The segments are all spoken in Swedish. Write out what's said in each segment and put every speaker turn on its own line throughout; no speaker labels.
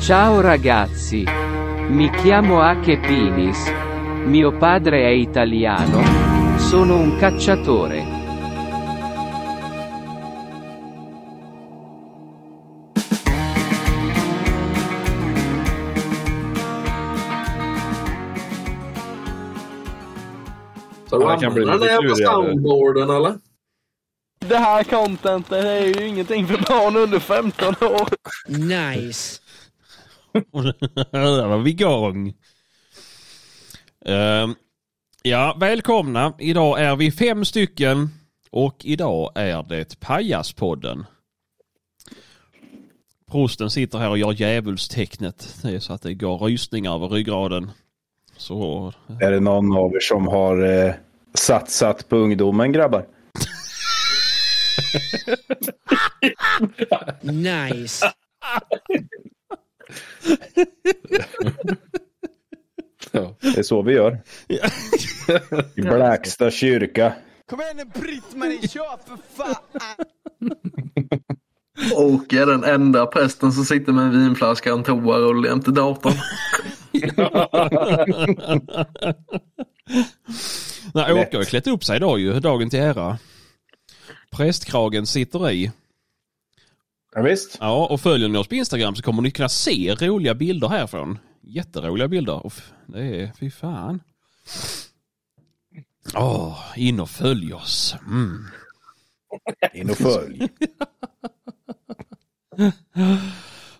Ciao ragazzi. Mi chiamo Ake Pinis. Mio padre è italiano. Sono un cacciatore.
Så du
Ja, det kan bli
använder den
lite
där jävla
klurigare.
soundboarden eller?
Det här contentet är ju ingenting för barn under 15 år.
Nice.
Där var vi igång. Ehm, ja, välkomna. Idag är vi fem stycken och idag är det Pajaspodden. Prosten sitter här och gör djävulstecknet. Det är så att det går rysningar över ryggraden. Så
Är det någon av er som har eh, satsat på ungdomen grabbar?
Nice.
Ja.
Det är så vi gör. I Blacksta kyrka.
Kom igen nu Britt-Marie, kör för fan!
Och är den enda prästen som sitter med en vinflaska och en toarulle jämte datorn.
Nej, Åke har ju klätt upp sig idag ju, dagen till ära. Prästkragen sitter i.
Ja, visst.
Ja, och följer ni oss på Instagram så kommer ni kunna se roliga bilder härifrån. Jätteroliga bilder. Uff, det är, fy fan. Åh, in och följ oss. Mm.
In och följ.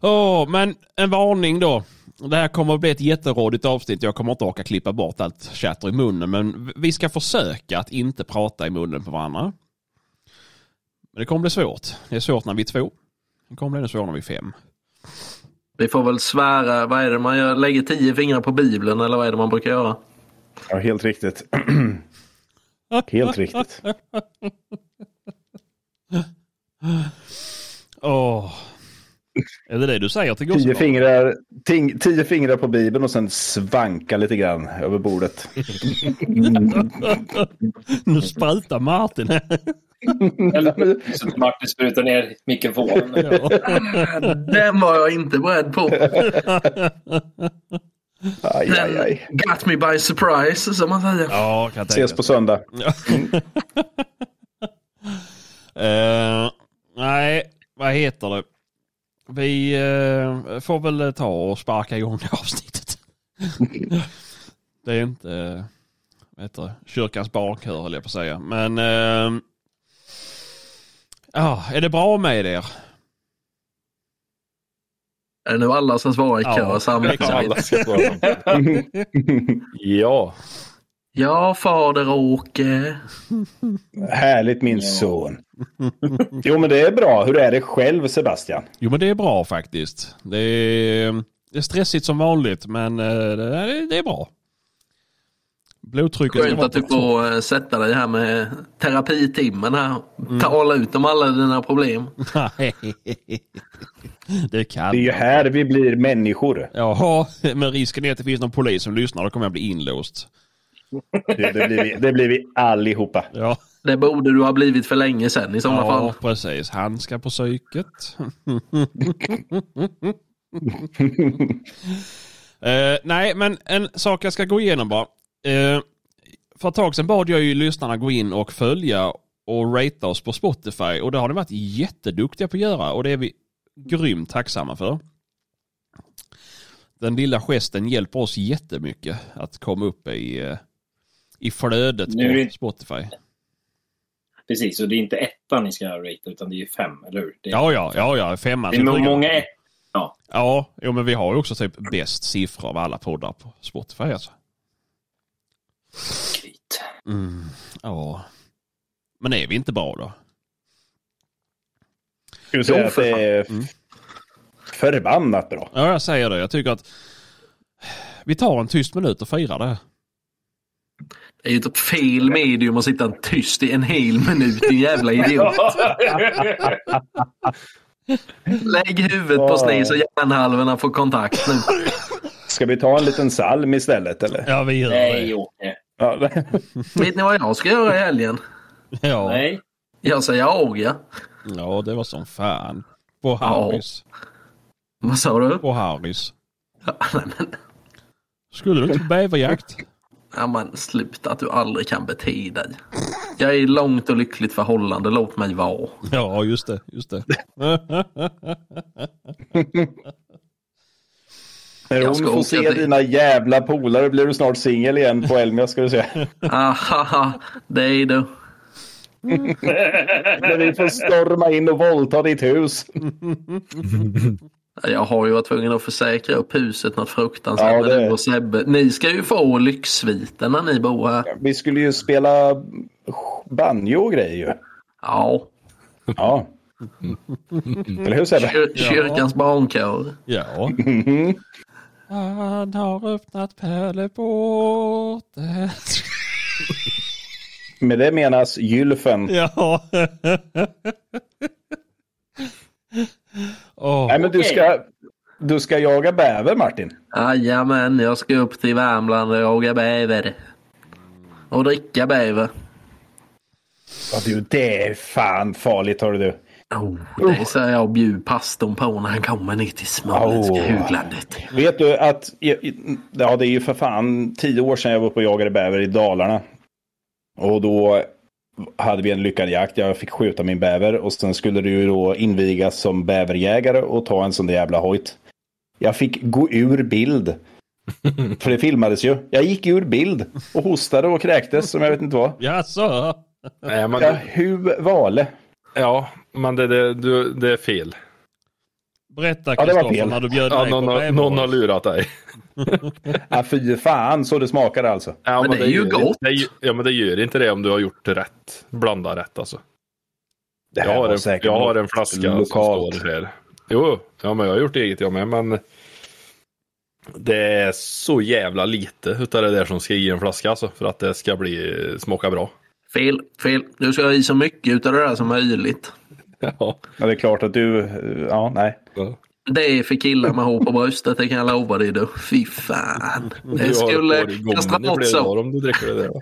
Åh, men en varning då. Det här kommer att bli ett jätterådigt avsnitt. Jag kommer inte orka klippa bort allt tjatter i munnen. Men vi ska försöka att inte prata i munnen på varandra. Men det kommer bli svårt. Det är svårt när vi är två. Det kommer bli ännu svårare när vi är fem.
Vi får väl svära, vad är det man gör? Lägger tio fingrar på bibeln eller vad är det man brukar göra?
Ja, helt riktigt. Helt riktigt.
Åh. Är det det du säger till
Tio
Gosselin?
fingrar, ting, tio fingrar på Bibeln och sen svanka lite grann över bordet.
Nu sprutar Martin.
Eller så att Martin sprutar ner mikrofonen.
Den var jag inte beredd på.
Aj, aj, aj.
Got me by surprise som man säger.
ja, kan jag tänka
Ses på söndag.
Eh, nej, vad heter det? Vi eh, får väl ta och sparka igång det avsnittet. det är inte eh, vad heter det? kyrkans barnkör höll jag på att säga. Men eh, ja, är det bra med er?
Är det nu alla som svarar i
Ja,
kör samtidigt?
exakt.
ja.
Ja, fader Åke.
Härligt min son. Jo, men det är bra. Hur är det själv Sebastian?
Jo men det är bra faktiskt. Det är, det är stressigt som vanligt men eh, det är, det är bra. Blodtrycket ska
Skönt
vara
att du
på-
får eh, sätta dig här med terapitimmen här. Tala ut om alla dina problem.
Nej. Det kan
Det är ju här vi blir människor.
Jaha, men risken är att det finns någon polis som lyssnar. Då kommer jag bli inlåst.
Det, det, blir, vi, det blir vi allihopa.
Ja,
Det borde du ha blivit för länge sedan i sådana fall.
ja precis. Han ska på psyket. Eh, nej, men en sak jag ska gå igenom bara. Eh, för ett tag sedan bad jag ju lyssnarna gå in och följa och ratea oss på Spotify. Och det har de varit jätteduktiga på att göra. Och det är vi grymt tacksamma för. Den lilla gesten hjälper oss jättemycket att komma upp i, eh, i flödet
Nu är det-
på Spotify.
Precis, och det är inte ettan ni ska rate utan det är fem, eller hur? Det är,
Ja, ja, ja, ja, femman.
alltså, det är
som
nog
trycker.
många ett.
Ja, jo, men vi har ju också typ bäst siffror av alla poddar på Spotify alltså.
Skit.
Mm, ja. Men är vi inte bra då?
Ska du säga
Jo,
att
för
det är
Mm.
förbannat bra?
Ja, jag säger det. Jag tycker att vi tar en tyst minut och firar det.
Det är ju ett fel medium att sitta tyst i en hel minut, din jävla idiot. Lägg huvudet på sned så hjärnhalvorna får kontakt nu.
Ska vi ta en liten psalm istället eller?
Ja, vi gör
Nej, Åke.
Ja.
Vet ni vad jag ska göra i helgen?
Ja.
Nej.
Jag säger aga.
ja, det var som fan. På Hammys.
Vad sa du?
Och Harrys.
Ja, nej, men,
Skulle du inte på bäverjakt?
ja, men sluta att du aldrig kan bete dig. Jag är i långt och lyckligt förhållande, låt mig vara.
Ja, just det. Just det.
När
Jag
hon
ska
får
åka
se
dit.
dina jävla polare blir du snart singel igen på Elmia ska du se.
Ahaha, det är du.
När vi får storma in och våldta ditt hus.
Jag har ju varit tvungen att försäkra upp huset något fruktansvärt.
Ja,
med
det-
dig och Sebbe. Ni ska ju få lyxsviten när ni bor här.
Vi skulle ju spela banjo och grejer ju.
Ja,
Ja. Eller hur Sebbe? Mm.
kyr- kyrkans barnkör.
ja. Han har öppnat pärleporten.
Med det menas gylfen.
ja. Åh.
Nej men du ska, du ska jaga bäver Martin.
Jajamän, jag ska upp till Värmland och jaga bäver. Och dricka bäver.
Ja, du, det är fan farligt hör du.
Oh, det säger jag och bjud pastorn på när han kommer ner till Småländska
Oh.
höglandet.
Vet du att, ja det är ju för fan tio år sedan jag var uppe och jagade bäver i Dalarna. Och då hade vi en lyckad jakt, jag fick skjuta min bäver och sen skulle det ju då invigas som bäverjägare och ta en sån där jävla hojt. Jag fick gå ur bild. För det filmades ju. Jag gick ur bild och hostade och kräktes som jag vet inte vad.
Jaså?
Nej, men,
Ja, hur vale?
ja, men det, det, du, det är fel.
Berätta
Ja, det var
Kristoffer
fel.
när du bjöd
Ja,
mig
någon,
på
har, någon har
bäverjakt.
lurat dig.
Ja, fy fan så det smakade alltså.
Ja,
Men det är ju
gör-
gott.
Det, gör- ja, men det gör inte det om du har gjort rätt. Blanda rätt alltså.
Det här
Jag har,
var
en,
säkert
jag har
något
en flaska
lokalt.
som står här. Jo, ja, men jag har gjort eget jag med, men det är så jävla lite utav det där som ska i en flaska alltså, för att det ska bli, smaka bra.
Fel, fel. Du ska ha i så mycket utav det där som möjligt.
Ja.
Ja, det är klart att du, ja nej.
Det är för killar med hår på bröstet, det kan jag lova dig du. Fy fan. Det skulle
kasta bort så.
kastratson-
Om du dricker det där. va?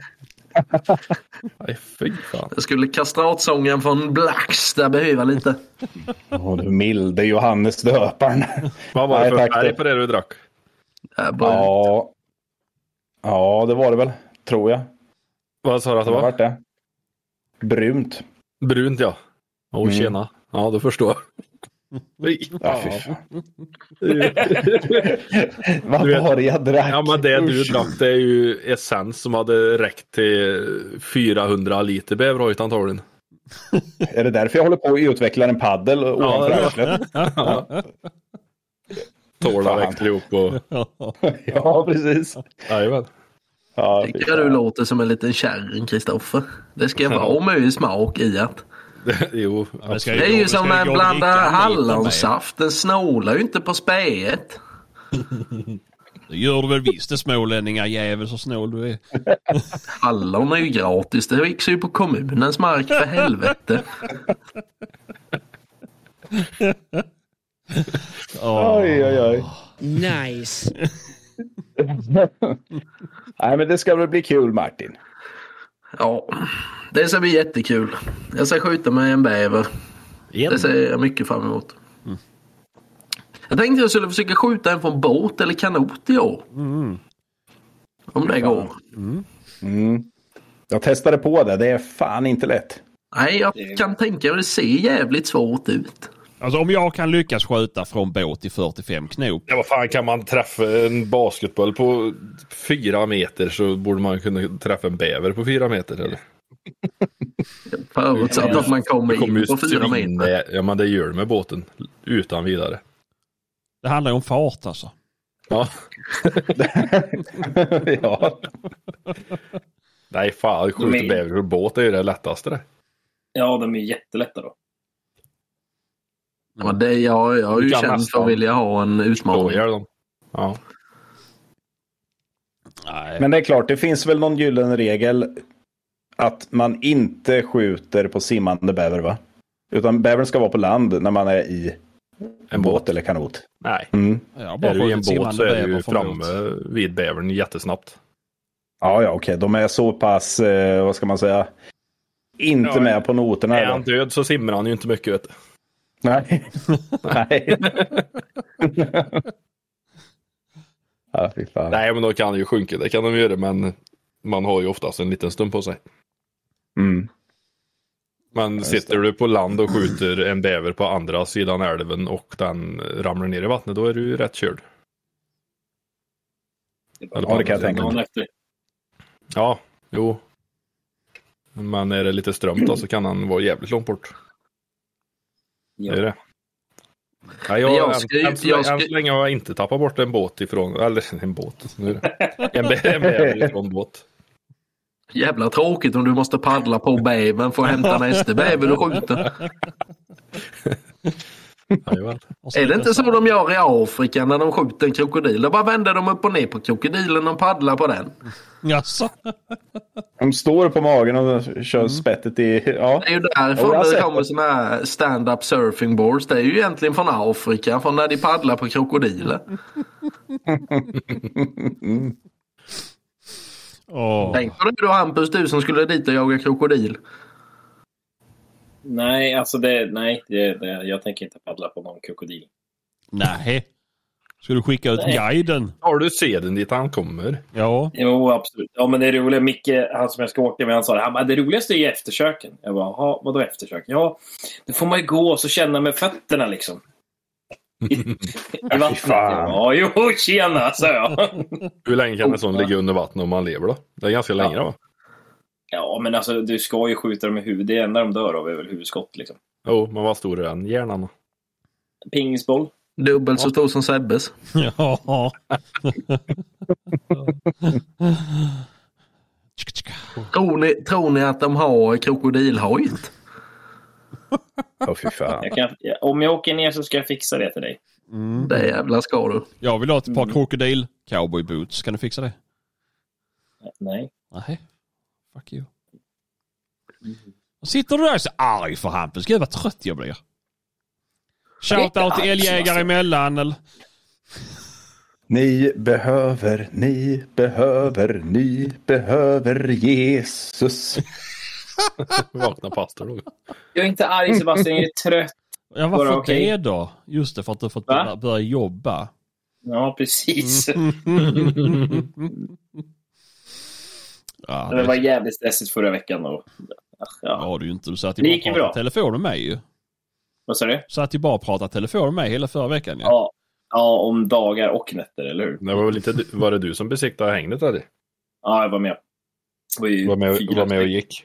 Nej, fy fan.
det skulle kastratsången från Blacks där behöva lite.
Åh, du milde Johannes döparen.
Vad var det
Nej,
för
tack,
färg
det-
på det du drack?
Där bara-
Ja. ja, det var det väl, tror
Alltså,
jag.
Vad sa du att
Det
det
var
var?
varit det. Brunt.
Brunt ja. Åh
Mm.
tjena. Ja, då förstår jag.
Ja, fy fan. Vad var det jag drack?
Ja men det du
Usch.
drack det är ju essens som hade räckt till 400 liter bäverhojt antagligen.
Är det därför jag håller på att utveckla en paddel ovanför
det-
arslet?
Tårna
Fan.
växte ihop och...
Ja, precis.
Jajamän.
Ja, fy
Tycker
fan.
du låter som en liten kärring, Kristoffer. Det ska vara mycket smak i att.
Jo.
Det ska
Det är
gå-
ju
ska
som när
gå
man
och
blandar
dricka en liter
hallonsaft. Den snålar ju inte på speet.
med. Det gör du väl visst det smålänningar jävel så snål du är.
Hallon är ju gratis. Det växer ju på kommunens mark för helvete.
Åh.
Oj, oj, oj.
nice,
Nej, men det ska väl bli kul, Martin.
Ja, det ska bli jättekul. Jag ska skjuta med en bäver. Det ser jag mycket fram emot. Jag tänkte jag skulle försöka skjuta en från båt eller kanot i år. Om det går.
Mm. Jag testade på det. Det är fan inte lätt.
Nej, jag kan tänka mig det ser jävligt svårt ut.
Alltså om jag kan lyckas skjuta från båt i 45 knop.
Ja vad fan kan man träffa en basketboll på fyra meter så borde man kunna träffa en bäver på fyra meter eller?
Förutsatt att man
Det
kommer
kommer
in
ju
på fyra meter.
svin- Ja men det gör det med båten. Utan vidare.
Det handlar ju om fart alltså.
Ja.
ja.
Nej fan, skjuta
Men-
bäver på båt är ju det lättaste det.
Ja, de är jättelätta då.
Ja, det, jag, jag är
Du
ju
kan
känd för
nästan
att vilja ha en
Då
utmaning.
gör de. Ja.
Nej.
Men det är klart, det finns väl någon gyllene regel att man inte skjuter på simmande bäver, va? Utan bävern ska vara på land när man är i
En
båt,
båt.
eller kanot.
Nej.
Mm.
Jag har bara
Är du i en
skjutit simmande
båt så är du
bäver
ju
från
framme
båt.
vid bävern jättesnabbt.
Ja, ja, okej. De är så pass, eh, vad ska man säga, inte
Ja,
med på noterna.
är han
eller?
död så simmar han ju inte mycket vet du.
Nej. Nej. ja, fy fan.
Nej, men då kan det ju sjunka. Det kan de göra, men man har ju oftast en liten stund på sig.
Mm.
Men
just
sitter du på land och skjuter en bäver på andra sidan älven och den ramlar ner i vattnet, då är du ju rätt körd.
bara-
Ja, det kan jag tänka
Dagen
mig.
efter.
Ja, jo. Men är det lite strömt då så kan han vara jävligt långt bort.
Ja.
Det är det. Nej,
Men
jag,
jag
än-
skri-
än, så länge-
jag skri-
än så länge har jag inte tappat bort en båt ifrån, eller en båt, nu är det. en bä- en bäver ifrån båt.
Jävla tråkigt om du måste paddla på bävern för att hämta nästa bäver du skjuter.
Jajamän.
Och
Är det inte så
nästa-
de gör i Afrika när de skjuter en krokodil? Då bara vänder de upp och ner på krokodilen och paddlar på den.
Jaså?
De står på magen och kör
Mm.
spettet i... Ja.
Det är ju
Ja, jag har
därifrån det
sett
kommer
det.
såna här stand-up surfing boards. Det är ju egentligen från Afrika, från när de paddlar på krokodiler.
Mm.
Åh.
Tänk på det då Hampus, du som skulle dit och jaga krokodil.
Nej, alltså det, nej det, det, jag tänker inte paddla på någon krokodil.
Nej. Ska du skicka ut
Nej.
guiden?
Har du seden dit han kommer?
Ja.
Jo, absolut. Ja, men det roliga, Micke, han som jag ska åka med, han sa det. Han bara, det roligaste är ju eftersöken. Jag bara, jaha, vadå eftersök? Ja, då får man ju gå och så känna med fötterna liksom. I, i vattnet.
fan.
Ja, jo, tjena, sa jag.
Hur länge kan en sån ligga under vattnet om man lever då? Det är ganska länge va?
Ja, men alltså du ska ju skjuta dem i huvudet. Det enda de dör av är väl huvudskott liksom.
Jo, men vad stor är den hjärnan då?
Pingisboll.
Dubbelt så stor som Sebbes.
Ja.
Tror ni, tror ni att de har krokodilhojt?
Ja, fy fan.
Jag kan, ja, om jag åker ner så ska jag fixa det till dig.
Mm.
Det jävla ska du.
Jag vill ha ett par krokodil cowboy boots. Kan du fixa det?
Nej.
Nej. Fuck you. Och sitter du där så arg för Hampus. Gud vad trött jag blir. Shoutout
alltså,
till älgjägare emellan. Eller?
Ni behöver, ni behöver, ni behöver Jesus.
Vakna pastor då.
Jag är inte arg Sebastian, jag är trött.
Ja, varför
Bara okej.
det då? Just det, för att du har fått
Va?
börja, börja jobba.
Ja, precis.
Mm.
ja,
Det var
det
jävligt stressigt förra veckan. Och, ja.
ja, du ju inte. Du satt
Det
ju
gick ju
bara och pratade
bra.
telefon med mig ju.
Vad sa du?
Satt ju bara och pratade telefon med mig hela förra veckan ju.
Ja. ja, om dagar och nätter, eller hur?
Det var, väl lite, var det du som besiktade hängnet eller?
Ja, jag var med. Det Var ju
Var med,
fyra
var med och
stycken.
gick?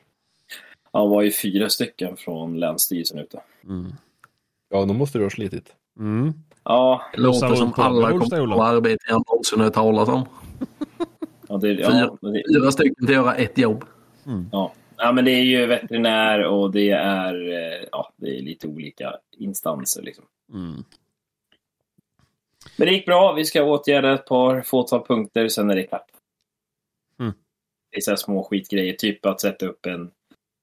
Ja, det var ju fyra stycken från Länsstyrelsen ute.
Mm.
Ja, då måste du ha slitit.
Mm.
Ja,
Det låter som alla kommer att arbeta jag någonsin har hört talas om.
ja, det, ja,
Fyra.
det,
Fyra stycken till att göra ett jobb.
ja. ja, men det är ju veterinär och det är, eh, ja, det är lite olika instanser liksom.
Mm.
Men det gick bra. Vi ska åtgärda ett par fåtal punkter, sen är det klart.
Mm.
Det är så här små skitgrejer, typ att sätta upp en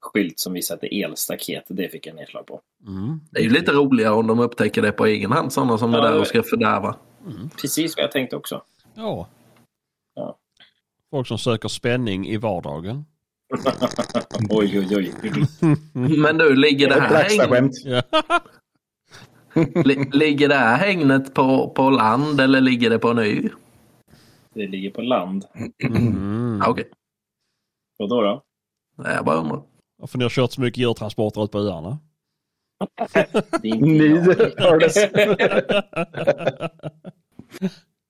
skylt som visar att det är elstaket. Det fick jag nedslag på.
Mm.
Det är ju lite roligare om de upptäcker det på egen hand, sådana som är
Ja,
där
det-
och ska fördärva.
Precis vad jag tänkte också.
Ja.
Ja.
Folk som söker spänning i vardagen.
Oj, oj, oj.
Men du, ligger det
Ett
här, häng,
Laxaskämt.
li, ligger det här hängnet på, på land eller ligger det på en ö?
Det ligger på land.
Mm.
Ja, Okej,
Och då då?
okay. jag bara undrar.
Varför ni har kört så mycket djurtransporter ut på öarna?
Det är inte
Ni
jag.
hördes.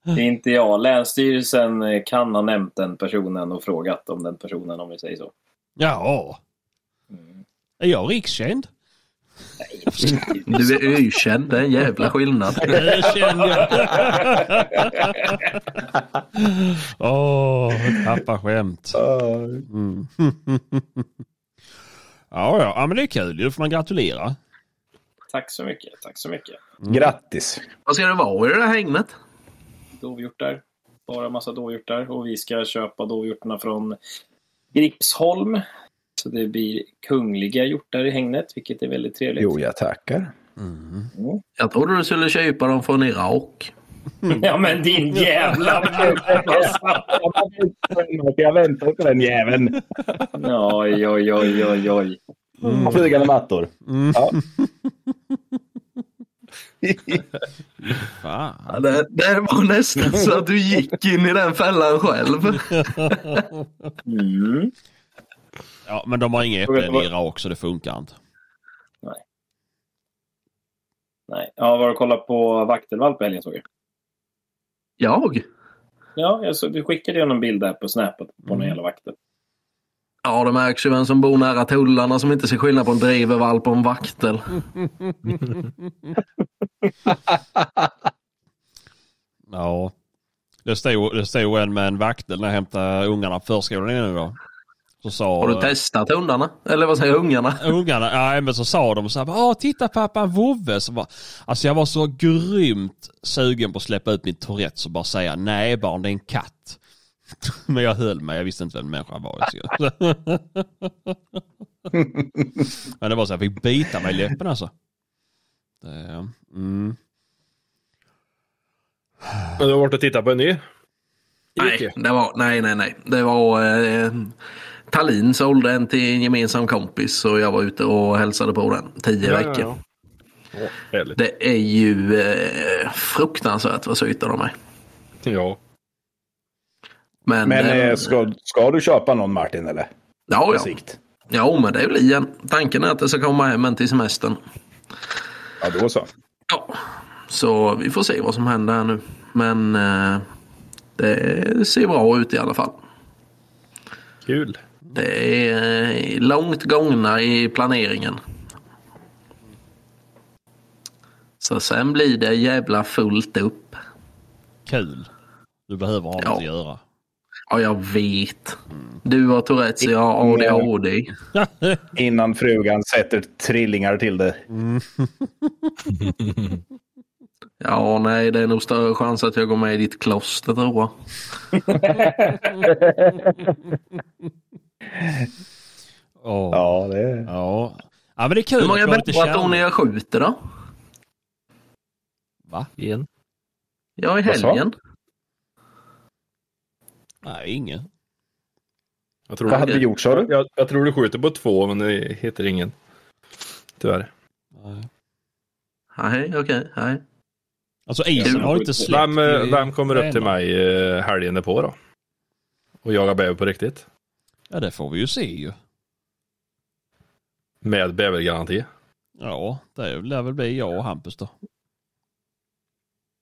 Det är inte jag. Länsstyrelsen eh, kan ha nämnt den personen och frågat om den personen, om vi säger så.
Ja. Är jag rikskänd?
Du är ökänd, det är en jävla skillnad.
Det kände jag. Åh, oh, tappa skämt. Mm. ja, ja. ja, men det är kul. ju. Då får man gratulera.
Tack så mycket. Tack så mycket.
Grattis.
Vad ska det vara i det här hängnet?
dovhjortar. Bara massa dovhjortar. Och vi ska köpa dovhjortarna från Gripsholm. Så det blir kungliga hjortar i hängnet, vilket är väldigt trevligt.
Jo, jag tackar.
Jag trodde du skulle köpa dem från Irak.
Ja men din jävla
Jag väntar på den jäveln.
Oj, oj, oj, oj, oj.
Flygande mattor.
Mm.
Ja.
Fan.
Ja, det, det här var nästan så att du gick in i den fällan själv.
Mm.
Ja, men de har inga
Jag vet
äpplen
vad-
i Irak så det funkar inte.
Nej. Ja, var och kolla på Vaktelvall på helgen såg jag.
Jag?
Ja, jag såg, du skickade ju någon bild där på Snapet på
Mm.
någon jävla vaktel.
Ja, det märks ju vem som bor nära tullarna som inte ser skillnad på en drivervalp och en vaktel.
Ja. Det stod, det stod en med en vaktel när jag hämtade ungarna på förskolan innan idag. Så sa...
Har du testat hundarna? Eller vad säger jag, ungarna?
ungarna, nej men så sa de så här, Åh, titta pappa en vovve. Så bara, alltså jag var så grymt sugen på att släppa ut min Tourettes och bara säga, nej barn det är en katt. Men jag höll mig, jag visste inte vem människan var. Så. men det var så här, jag fick bita mig i läppen alltså. Det, mm.
Men du har varit och tittat på en ny?
Nej, det var, nej, nej, nej. Det var eh, Tallin sålde en till en gemensam kompis så jag var ute och hälsade på den. Tio veckor.
Ja, härligt.
Det är ju eh, fruktansvärt vad söta de är.
Ja.
Men,
Men
eh,
eh, ska, ska du köpa någon Martin eller?
ja,
På
ja.
sikt?
ja, men det är väl igen. Tanken är att det ska komma hem en till semestern.
Ja, då så.
Ja, så vi får se vad som händer här nu. Men eh, det ser bra ut i alla fall.
Kul.
Det är eh, långt gångna i planeringen. Så sen blir det jävla fullt upp.
Kul. Du behöver ha
Ja.
något att göra.
Ja, jag vet. Du har Tourettes, jag har ADHD.
Innan frugan sätter trillingar till dig.
Ja, nej, det är nog större chans att jag går med i ditt kloster tror jag.
Åh. Ja.
Ja, det är...
ja. men det är kul
Hur många
att få lite
bättre
kärlek.
jag skjuter då?
Va?
Igen.
Ja, i
Vad sa
helgen.
Nej, ingen.
Jag tror,
Vad hade vi gjort sa du?
jag, jag tror du skjuter på två, men det hittar ingen. Tyvärr.
Nej.
Nej, okej. nej.
Alltså isen har inte släppt.
Vem, eh,
i-
vem kommer upp
Nej,
till
nej.
mig eh, helgen är på då? Och jagar bäver på riktigt?
Ja, det får vi ju se ju.
Med bävergaranti.
Ja, det lär väl bli jag och Hampus då.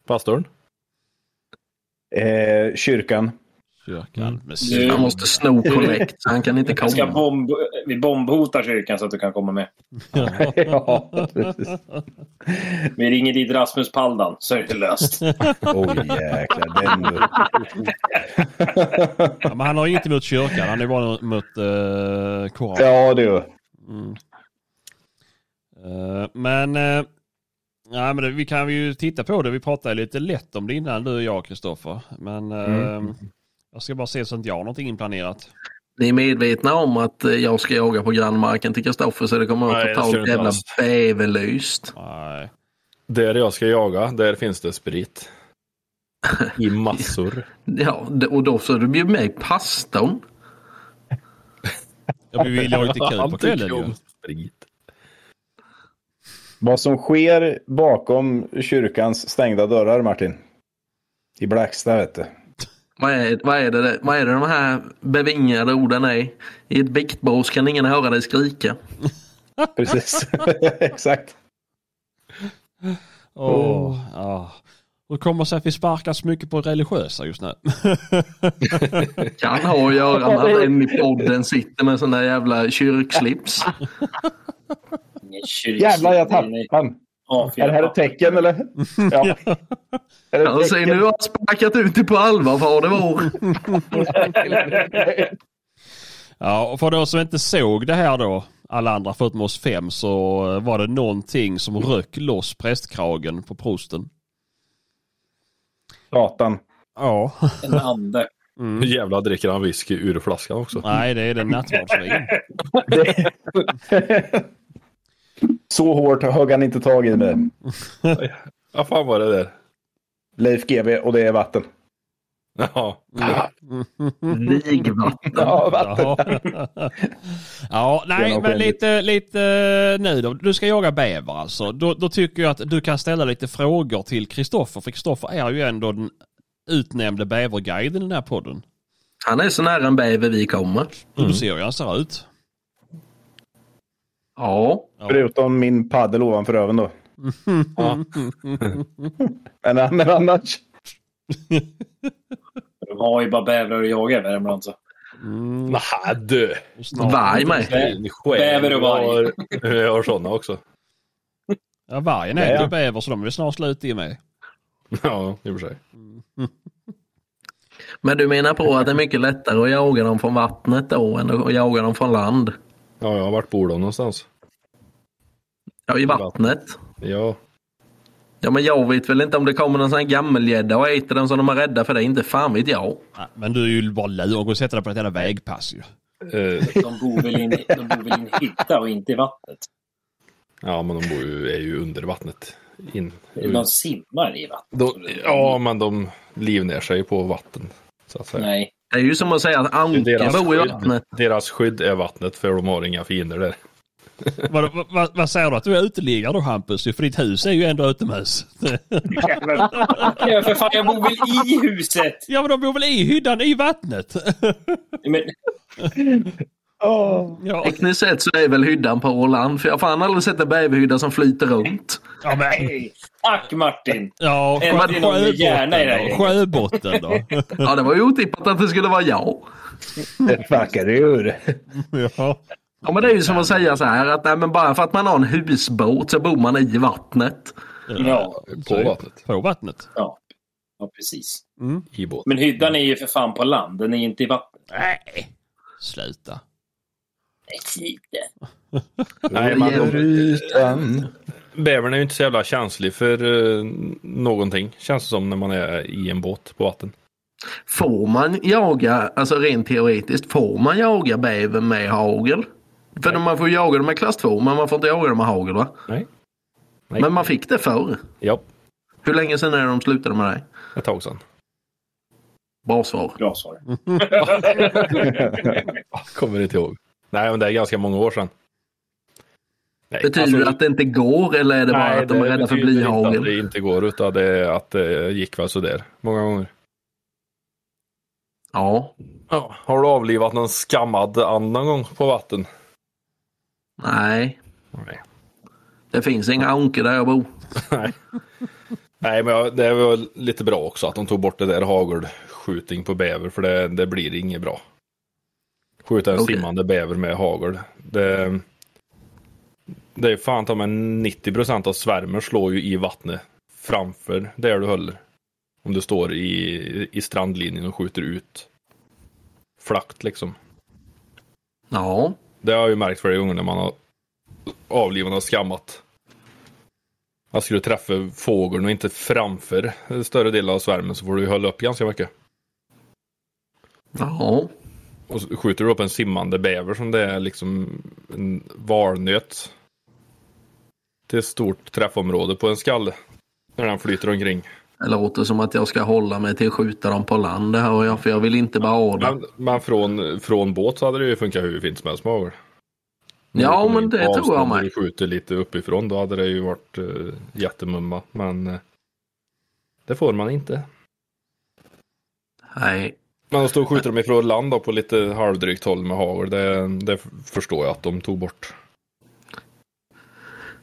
Pastorn?
Eh, kyrkan.
Kyrkan.
Mm.
Med
Du-
Han måste sno kollekt så han kan inte
Jag ska
komma.
bomb... Vi bombhotar kyrkan så att du kan komma med.
ja, precis.
Vi ringer dit Rasmus Paldan så är det löst.
Oj jäklar. Den...
ja, men han har inget emot kyrkan, han är bara mot uh, koran.
Ja du.
Mm. Eh, men eh, nej, men det, vi kan ju titta på det. Vi pratade lite lätt om det innan du och jag Kristoffer. Men eh, jag ska bara se så att jag har någonting inplanerat.
Ni är medvetna om att eh, jag ska jaga på grannmarken till Kristoffer så det kommer
Nej,
att
det
ta
ser
totalt
du inte
jävla
alls.
bäverlyst.
Nej.
Där jag ska jaga, där finns det sprit. I massor.
Ja, d- och då så du bjöd med pastorn.
Ja, men vi vill ha lite kul på
Han tycker
kvällen
om
ju.
sprit.
Vad som sker bakom kyrkans stängda dörrar Martin. I Blackstad vet du.
Vad är, vad, är det, vad är det de här bevingade orden är? I ett biktbås kan ingen höra dig skrika.
Precis. Exakt.
Åh, ja. Hur kommer det sig att vi sparkar så mycket på religiösa just nu?
Kan ha att göra med att en i podden sitter med sån där jävla kyrkslips.
Ingen kyrk-
Jävlar jag
Nej,
tappade den.
Ja,
Är det här ett tecken eller? Ja. Är det ett
Alltså, nu har jag sparkat ut dig på allvar far det var.
Ja, och för de som inte såg det här då, alla andra förutom oss fem, så eh, var det någonting som rök loss prästkragen på prosten.
Satan.
Ja.
En ande.
Nu jävlar dricker han whisky ur flaskan också.
Nej, det är den nattvardsvin.
Det... Så hårt högg han inte tag i mig.
Vad fan var det där?
Leif GB och det är vatten.
Ja.
Mm.
Vigvatten.
Ja, vatten.
Ja. ja, nej, men lite, lite nu då. Du ska jaga bäver alltså. Då, då tycker jag att du kan ställa lite frågor till Kristoffer. För Kristoffer är ju ändå den utnämnde bäverguiden i den här podden.
Han är så nära en bäver vi kommer.
Du ser ju hur han ser ut.
Ja.
Förutom min paddel ovanför öven då.
Mm.
Ja.
Men, men annars.
De har ju bara bäver att jaga i Värmland. Så.
Mm,
Nej du.
och snart-
Varg med.
Din själ
Bäver och varg.
har- Jag har sådana också.
Ja, vargen är
Ja,
ju
ja.
bäver så de är väl snart slut i med.
Ja, i och för sig.
Men du menar på att det är mycket lättare att jaga dem från vattnet då än att jaga dem från land?
Ja, jag har varit bor de någonstans?
Ja, i vattnet.
Ja.
Ja, men jag vet väl inte om det kommer någon sån här gammelgädda och äter dem som de är rädda för. Det inte fan vet jag.
Nej, Men du är ju bara lög och sätter dig på ett jävla vägpass ju.
Eh,
De bor väl i en- de bor väl i en hitta och inte i vattnet.
ja, men de bor ju, är ju under vattnet. In.
De simmar i vattnet.
De, ja, men de livnär sig på vatten. Så att säga.
Nej.
Det är ju som att säga att ankan bor i vattnet.
deras skydd är vattnet för de har inga fiender där.
Vad, vad- vad, vad säger du att du är uteliggare då Hampus? För ditt hus är ju ändå utomhus.
Ja, för fan, jag bor väl i huset!
Ja men de bor väl i hyddan i vattnet?
Men,
Ja,
Tekniskt sett så är väl hyddan på land. För jag har fan aldrig sett en bäverhydda som flyter runt.
ja men...
hej! Tack Martin!
Ja, sjö,
Även inom min hjärna i det här
sjöbotten då.
gänget.
Sjöbotten då.
Ja, det var ju otippat att det skulle vara jag.
Ett vackerdjur.
ja.
Ja, men det är ju som att säga så här att nej, men bara för att man har en husbåt så bor man i vattnet.
Ja,
På vattnet.
På vattnet.
ja precis.
I båten.
Men hyddan är ju för fan på land, den är ju inte i vattnet.
Nej. Sluta.
Nej, men de,
Rutan.
bävern är ju inte så jävla känslig för eh, någonting. Känns det som när man är i en båt på vatten.
Får man jaga, alltså rent teoretiskt, får man jaga bäver med hagel? För man får jaga dem med klass 2, men man får inte jaga dem med hagel va?
Nej. Nej.
Men man fick det förr.
Ja,
Hur länge sedan är det de slutade med det?
ett tag sedan.
Bra svar.
Bra svar.
Kommer inte ihåg. Nej, men det är ganska många år sedan. Nej,
Betyder
alltså-
det att det inte går eller är det bara
Nej,
att de är rädda för
betyder inte att
blyhagel?
Det inte går utan det är att det gick väl sådär många gånger.
Ja.
Ja. Har du avlivat någon skammad and någon gång på vatten?
Nej.
Nej.
Det finns inga ankor där jag bor.
Nej, men jag- det var lite bra också att de tog bort det där hagelskjutning på bäver för det, det blir inget bra. Skjuta en
Okej.
simmande bäver med hagel. Det, det är fan ta mig 90 procent av svärmen slår ju i vattnet framför där du håller. Om du står i, i strandlinjen och skjuter ut flakt liksom.
Ja.
Det har jag ju märkt flera gånger när man har avlivat och skammat. Man skulle träffa fågeln och inte framför större delen av svärmen så får du ju hålla upp ganska mycket.
Ja.
Och så skjuter du upp en simmande bäver som det är liksom en valnöt. Till ett stort träffområde på en skalle. När den flyter omkring.
Det låter som att jag ska hålla mig till att skjuta dem på land det hör jag, för jag vill inte bada.
Men, men från, från båt så hade det ju funkat hur fint som helst med hagel. När du
Ja,
kommer
men
in på
det tror jag
avstånd och
med.
Du skjuter lite uppifrån, då hade det ju varit uh, jättemumma. Men eh, det får man inte.
Nej.
Men att stå och skjuta dem ifrån land då, på lite halvdrygt håll med hagel, det, det förstår jag att de tog bort.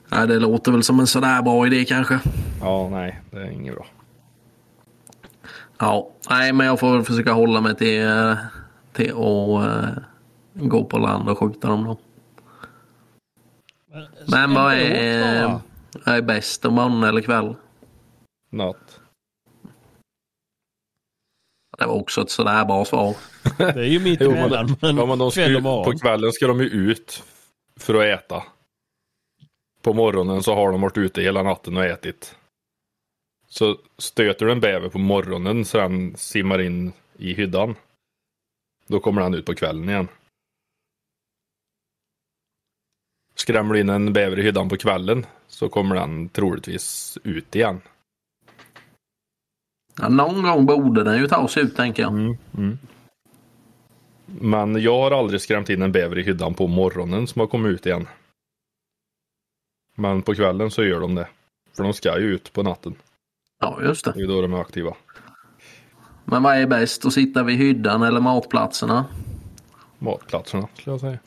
Nej, det låter väl som en sådär bra idé kanske.
Ja, nej, det är inget bra.
Ja, nej men jag får väl försöka hålla mig till, eh, till att eh, gå på land och skjuta dem då. Men vad är, eh, är bäst, om morgon eller kväll?
Natt.
Det var också ett sådär bra svar.
Det är ju mitt
Jo, men-
emellan. Men,
Ja, men de ska
kväll
ju,
och
på
morgon.
kvällen ska de ju ut för att äta. På morgonen så har de varit ute hela natten och ätit. Så stöter du en bäver på morgonen så den simmar in i hyddan. Då kommer den ut på kvällen igen. Skrämmer du in en bäver i hyddan på kvällen så kommer den troligtvis ut igen.
Ja, någon gång borde den ju ta sig ut tänker jag.
Mm, Men jag har aldrig skrämt in en bäver i hyddan på morgonen som har kommit ut igen. Men på kvällen så gör de det. För de ska ju ut på natten.
Ja, just det.
Det är ju då de är aktiva.
Men vad är bäst? Att sitta vid hyddan eller matplatserna?
Matplatserna skulle jag säga.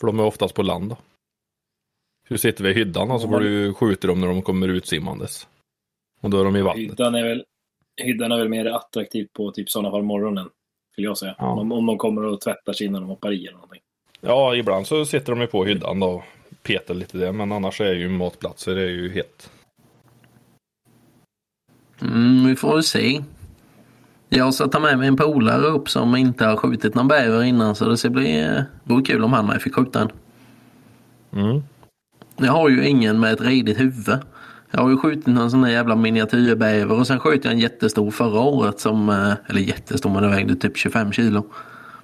För de är oftast på land då. Du sitter vid hyddan och så får du skjuta dem när de kommer ut simmandes. Och då är de i vattnet.
Hyddan är väl, hyddan är väl mer attraktiv på typ sådana fall morgonen. Skulle jag säga.
Ja.
Om, om de kommer och tvättar sig innan de hoppar i eller någonting.
Ja, ibland så sitter de ju på hyddan då och petar lite där. Men annars är ju matplatser är ju hett.
Mm, vi får väl se. Jag ska ta med mig en polare upp som inte har skjutit någon bäver innan så det ska bli... eh, vore kul om han med fick skjuta en.
Mm.
Jag har ju ingen med ett redigt huvud. Jag har ju skjutit någon sån där jävla miniatyrbäver och sen sköt jag en jättestor förra året som... eh, Eller jättestor men den vägde typ 25 kilo.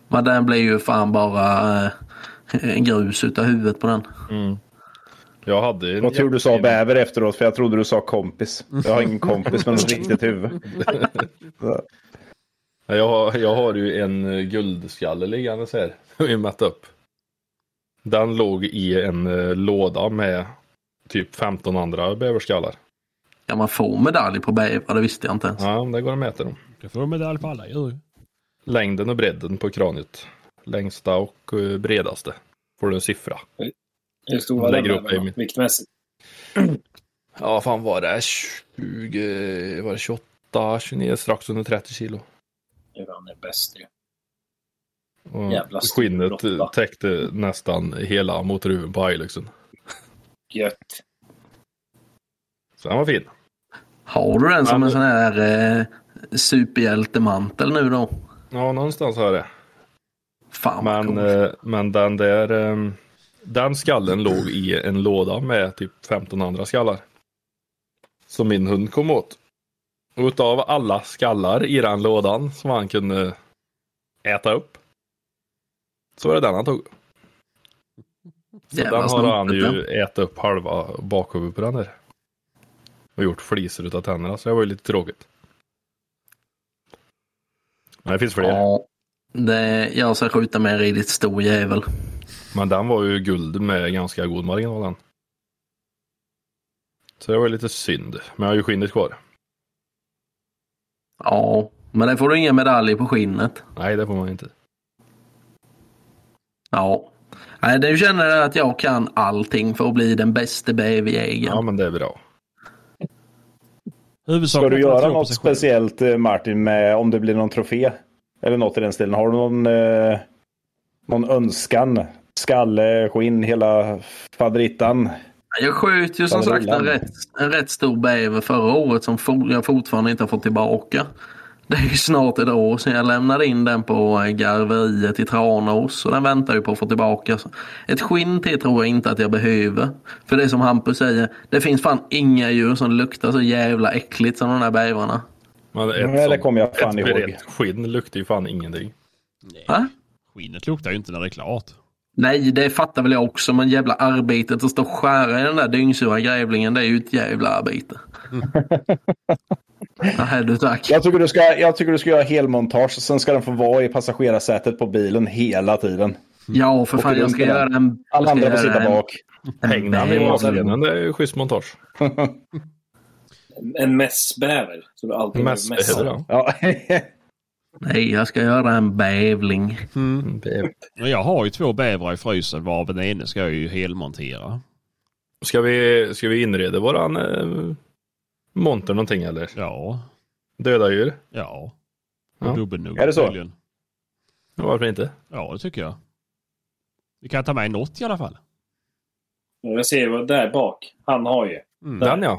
Men den blev ju fan bara eh, en grus utav huvudet på den.
Jag hade en
Vad tur du sa
jättefin-
bäver efteråt, för jag trodde du sa kompis. Jag har ingen kompis med något riktigt huvud.
Ja, Jag har, jag har ju en eh, guldskalle liggandes här. Vi mätt upp. Den låg i en eh, låda med typ 15 andra bäverskallar.
Ja, man får medalj på bävrar, det visste jag inte ens.
Ja, där går det att mäta dem.
Då får du medalj på alla djur.
Längden och bredden på kraniet. Längsta och eh, bredaste. Får du en siffra.
Hur stor var den?
Lägger upp
bävern då?
i mitt-
Viktmässigt.
Ja, fan var det 20, var det 28, 29, strax under 30 kilo.
Det är fan den bästa ju.
Och
Jävla stor
skinnet eh,
råtta.
täckte nästan hela motorhuven på liksom. Hiluxen.
Gött.
Så den var fin.
Har du den
Ja,
som
men-
en sån här eh, superhjältemantel nu då?
Ja, någonstans har jag det.
Fan vad
Men,
coolt.
eh, men den där eh, den skallen låg i en låda med typ 15 andra skallar. Som min hund kom åt. Och utav alla skallar i den lådan som han kunde äta upp. Så var det den han tog. Så
Jävla
den har han
snoppigt,
ju ätit upp halva bakhuvudet på den där. Och gjort flisor utav tänderna så det var ju lite tråkigt. Men det finns fler.
Ja. Det, jag ska skjuta med en riktigt stor jävel.
Men den var ju guld med ganska god marginal den. Så det var lite synd. Men jag har ju skinnet kvar.
Ja, men det får du inga medaljer på skinnet.
Nej, det får man inte.
Ja. Nej, du känner jag att jag kan allting för att bli den bästa
Ja,
bäverjägaren.
men det är bra.
Huvudsaken
Ska
är att
du
man
göra
tror på
något
sig själv.
speciellt eh, Martin med om det blir någon trofé? Eller något i den stilen. Har du någon, eh, någon önskan? Skalle, skinn, hela faderittan.
Jag sköt ju som
Ja, det är
sagt en
land.
rätt, en rätt stor bäver förra året som for, jag fortfarande inte har fått tillbaka. Det är ju snart ett år sedan jag lämnade in den på eh, garveriet i Tranås och den väntar ju på att få tillbaka. Så Ett skinn till tror jag inte att jag behöver. För det är som Hampus säger, det finns fan inga djur som luktar så jävla äckligt som de där bävrarna.
Men ett
Nej, det
sånt-
kommer jag fan
ett
ihåg.
berett skinn luktar ju fan ingenting.
Va?
Skinnet luktar ju inte när det är klart.
Nej, det fattar väl jag också, men jävla arbetet att stå och skära i den där dyngsura grävlingen, det är ju ett jävla arbete. Nej, du tack.
Jag tycker du ska, jag tycker du ska göra helmontage. Sen ska den få vara i passagerarsätet på bilen hela tiden.
Ja, för fan,
Åker
jag
runt
ska
med
göra
den.
en... jag
Alla
ska
andra får
göra
sitta
en-
bak.
en
Häng den i
bäver.
matleden, det är ju schysst montage.
En- En mässbäver. Så du alltid
Mest behöver jag.
Ja.
Nej, jag ska göra en bävling.
Men Mm. jag har ju två bävrar i frysen varav den ene ska jag ju helmontera.
Ska vi, ska vi inreda våran eh, monter någonting eller?
Ja,
Döda djur?
ja.
Ja.
Och dubbelnugg.
Är det så?
tydligen.
Ja, Varför inte?
Ja, det tycker jag. Vi kan ta med något i alla fall.
Jag ser ju vad där bak. Han har ju.
Mm.
Den ja.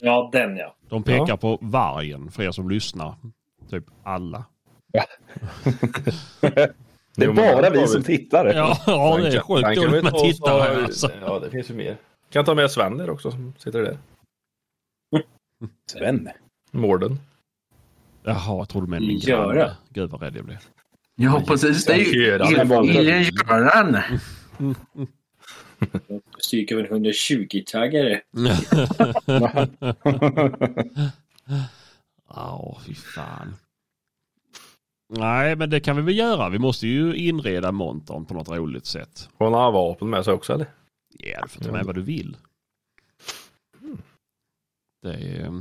Ja, den ja.
De pekar
Ja.
på vargen för er som lyssnar. Typ alla.
Det är
Jo, men
bara
den var
vi som
väl-
tittar.
Ja, ja det är
Den kan- den
sjukt
kan vi
dåligt med
ta och
tittare
ta-
här, alltså.
Ja, det finns ju mer. Kan ta med Sven där också som sitter där.
Sven.
Mården.
Jaha, jag trodde du menade min
Göra.
granne. Gud vad rädd jag blev.
Ja, precis. Det är ju
Göran.
lille Göran.
Stryk över en 120-taggare.
Ja, fy fan. Nej, men det kan vi väl göra. Vi måste ju inreda montern på något roligt sätt.
Får han ha vapen med sig också eller?
Ja, du får ta med vad du vill.
Mm.
Det är, eh,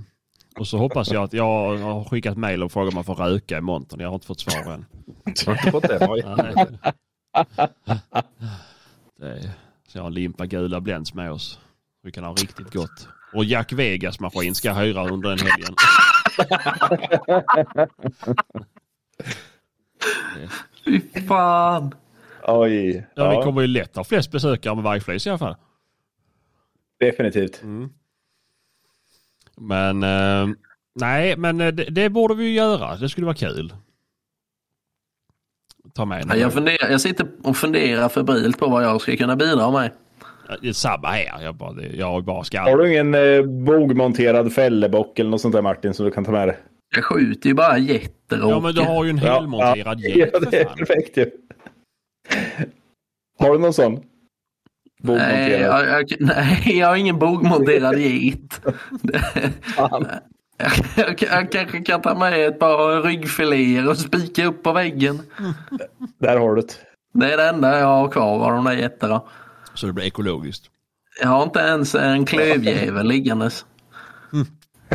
och så hoppas jag att jag har skickat mejl och frågat om man får röka i montern. Jag har inte fått svar än.
Har inte fått det? Oj.
Nej. Det är, så jag har en limpa gula Blends med oss. Vi kan ha riktigt gott. Och Jack Vegas maskin ska jag hyra under den helgen.
Fy fan.
Oj.
Ja,
Ja,
Vi kommer ju lätt ha flest besökare med vargflis i alla fall. Mm.
Definitivt.
Men eh, nej, men eh, det, det borde vi ju göra. Det skulle vara kul. Ta med
Ja,
någon.
Jag, funderar, jag sitter och funderar febrilt på vad jag ska kunna bidra med.
Det är Samma Eh, här. Jag bara, det- jag har bara
Har
skall.
du ingen eh, bogmonterad fällebock eller något sånt där Martin som du kan ta med dig?
Jag skjuter ju bara getter och
Ja, men du har ju en helmonterad
ja,
jet
ja,
för
det är
fan.
perfekt ju. Har du någon sån?
Nej,
Bogmonterad?
jag, jag, nej, jag har ingen bogmonterad git.
Fan.
Jag, jag, jag kanske kan ta med ett par ryggfiléer och spika upp på väggen.
Där har du det.
Det är det enda jag har kvar av de där getterna.
Så det blir ekologiskt.
Jag har inte ens en klövjävel liggandes.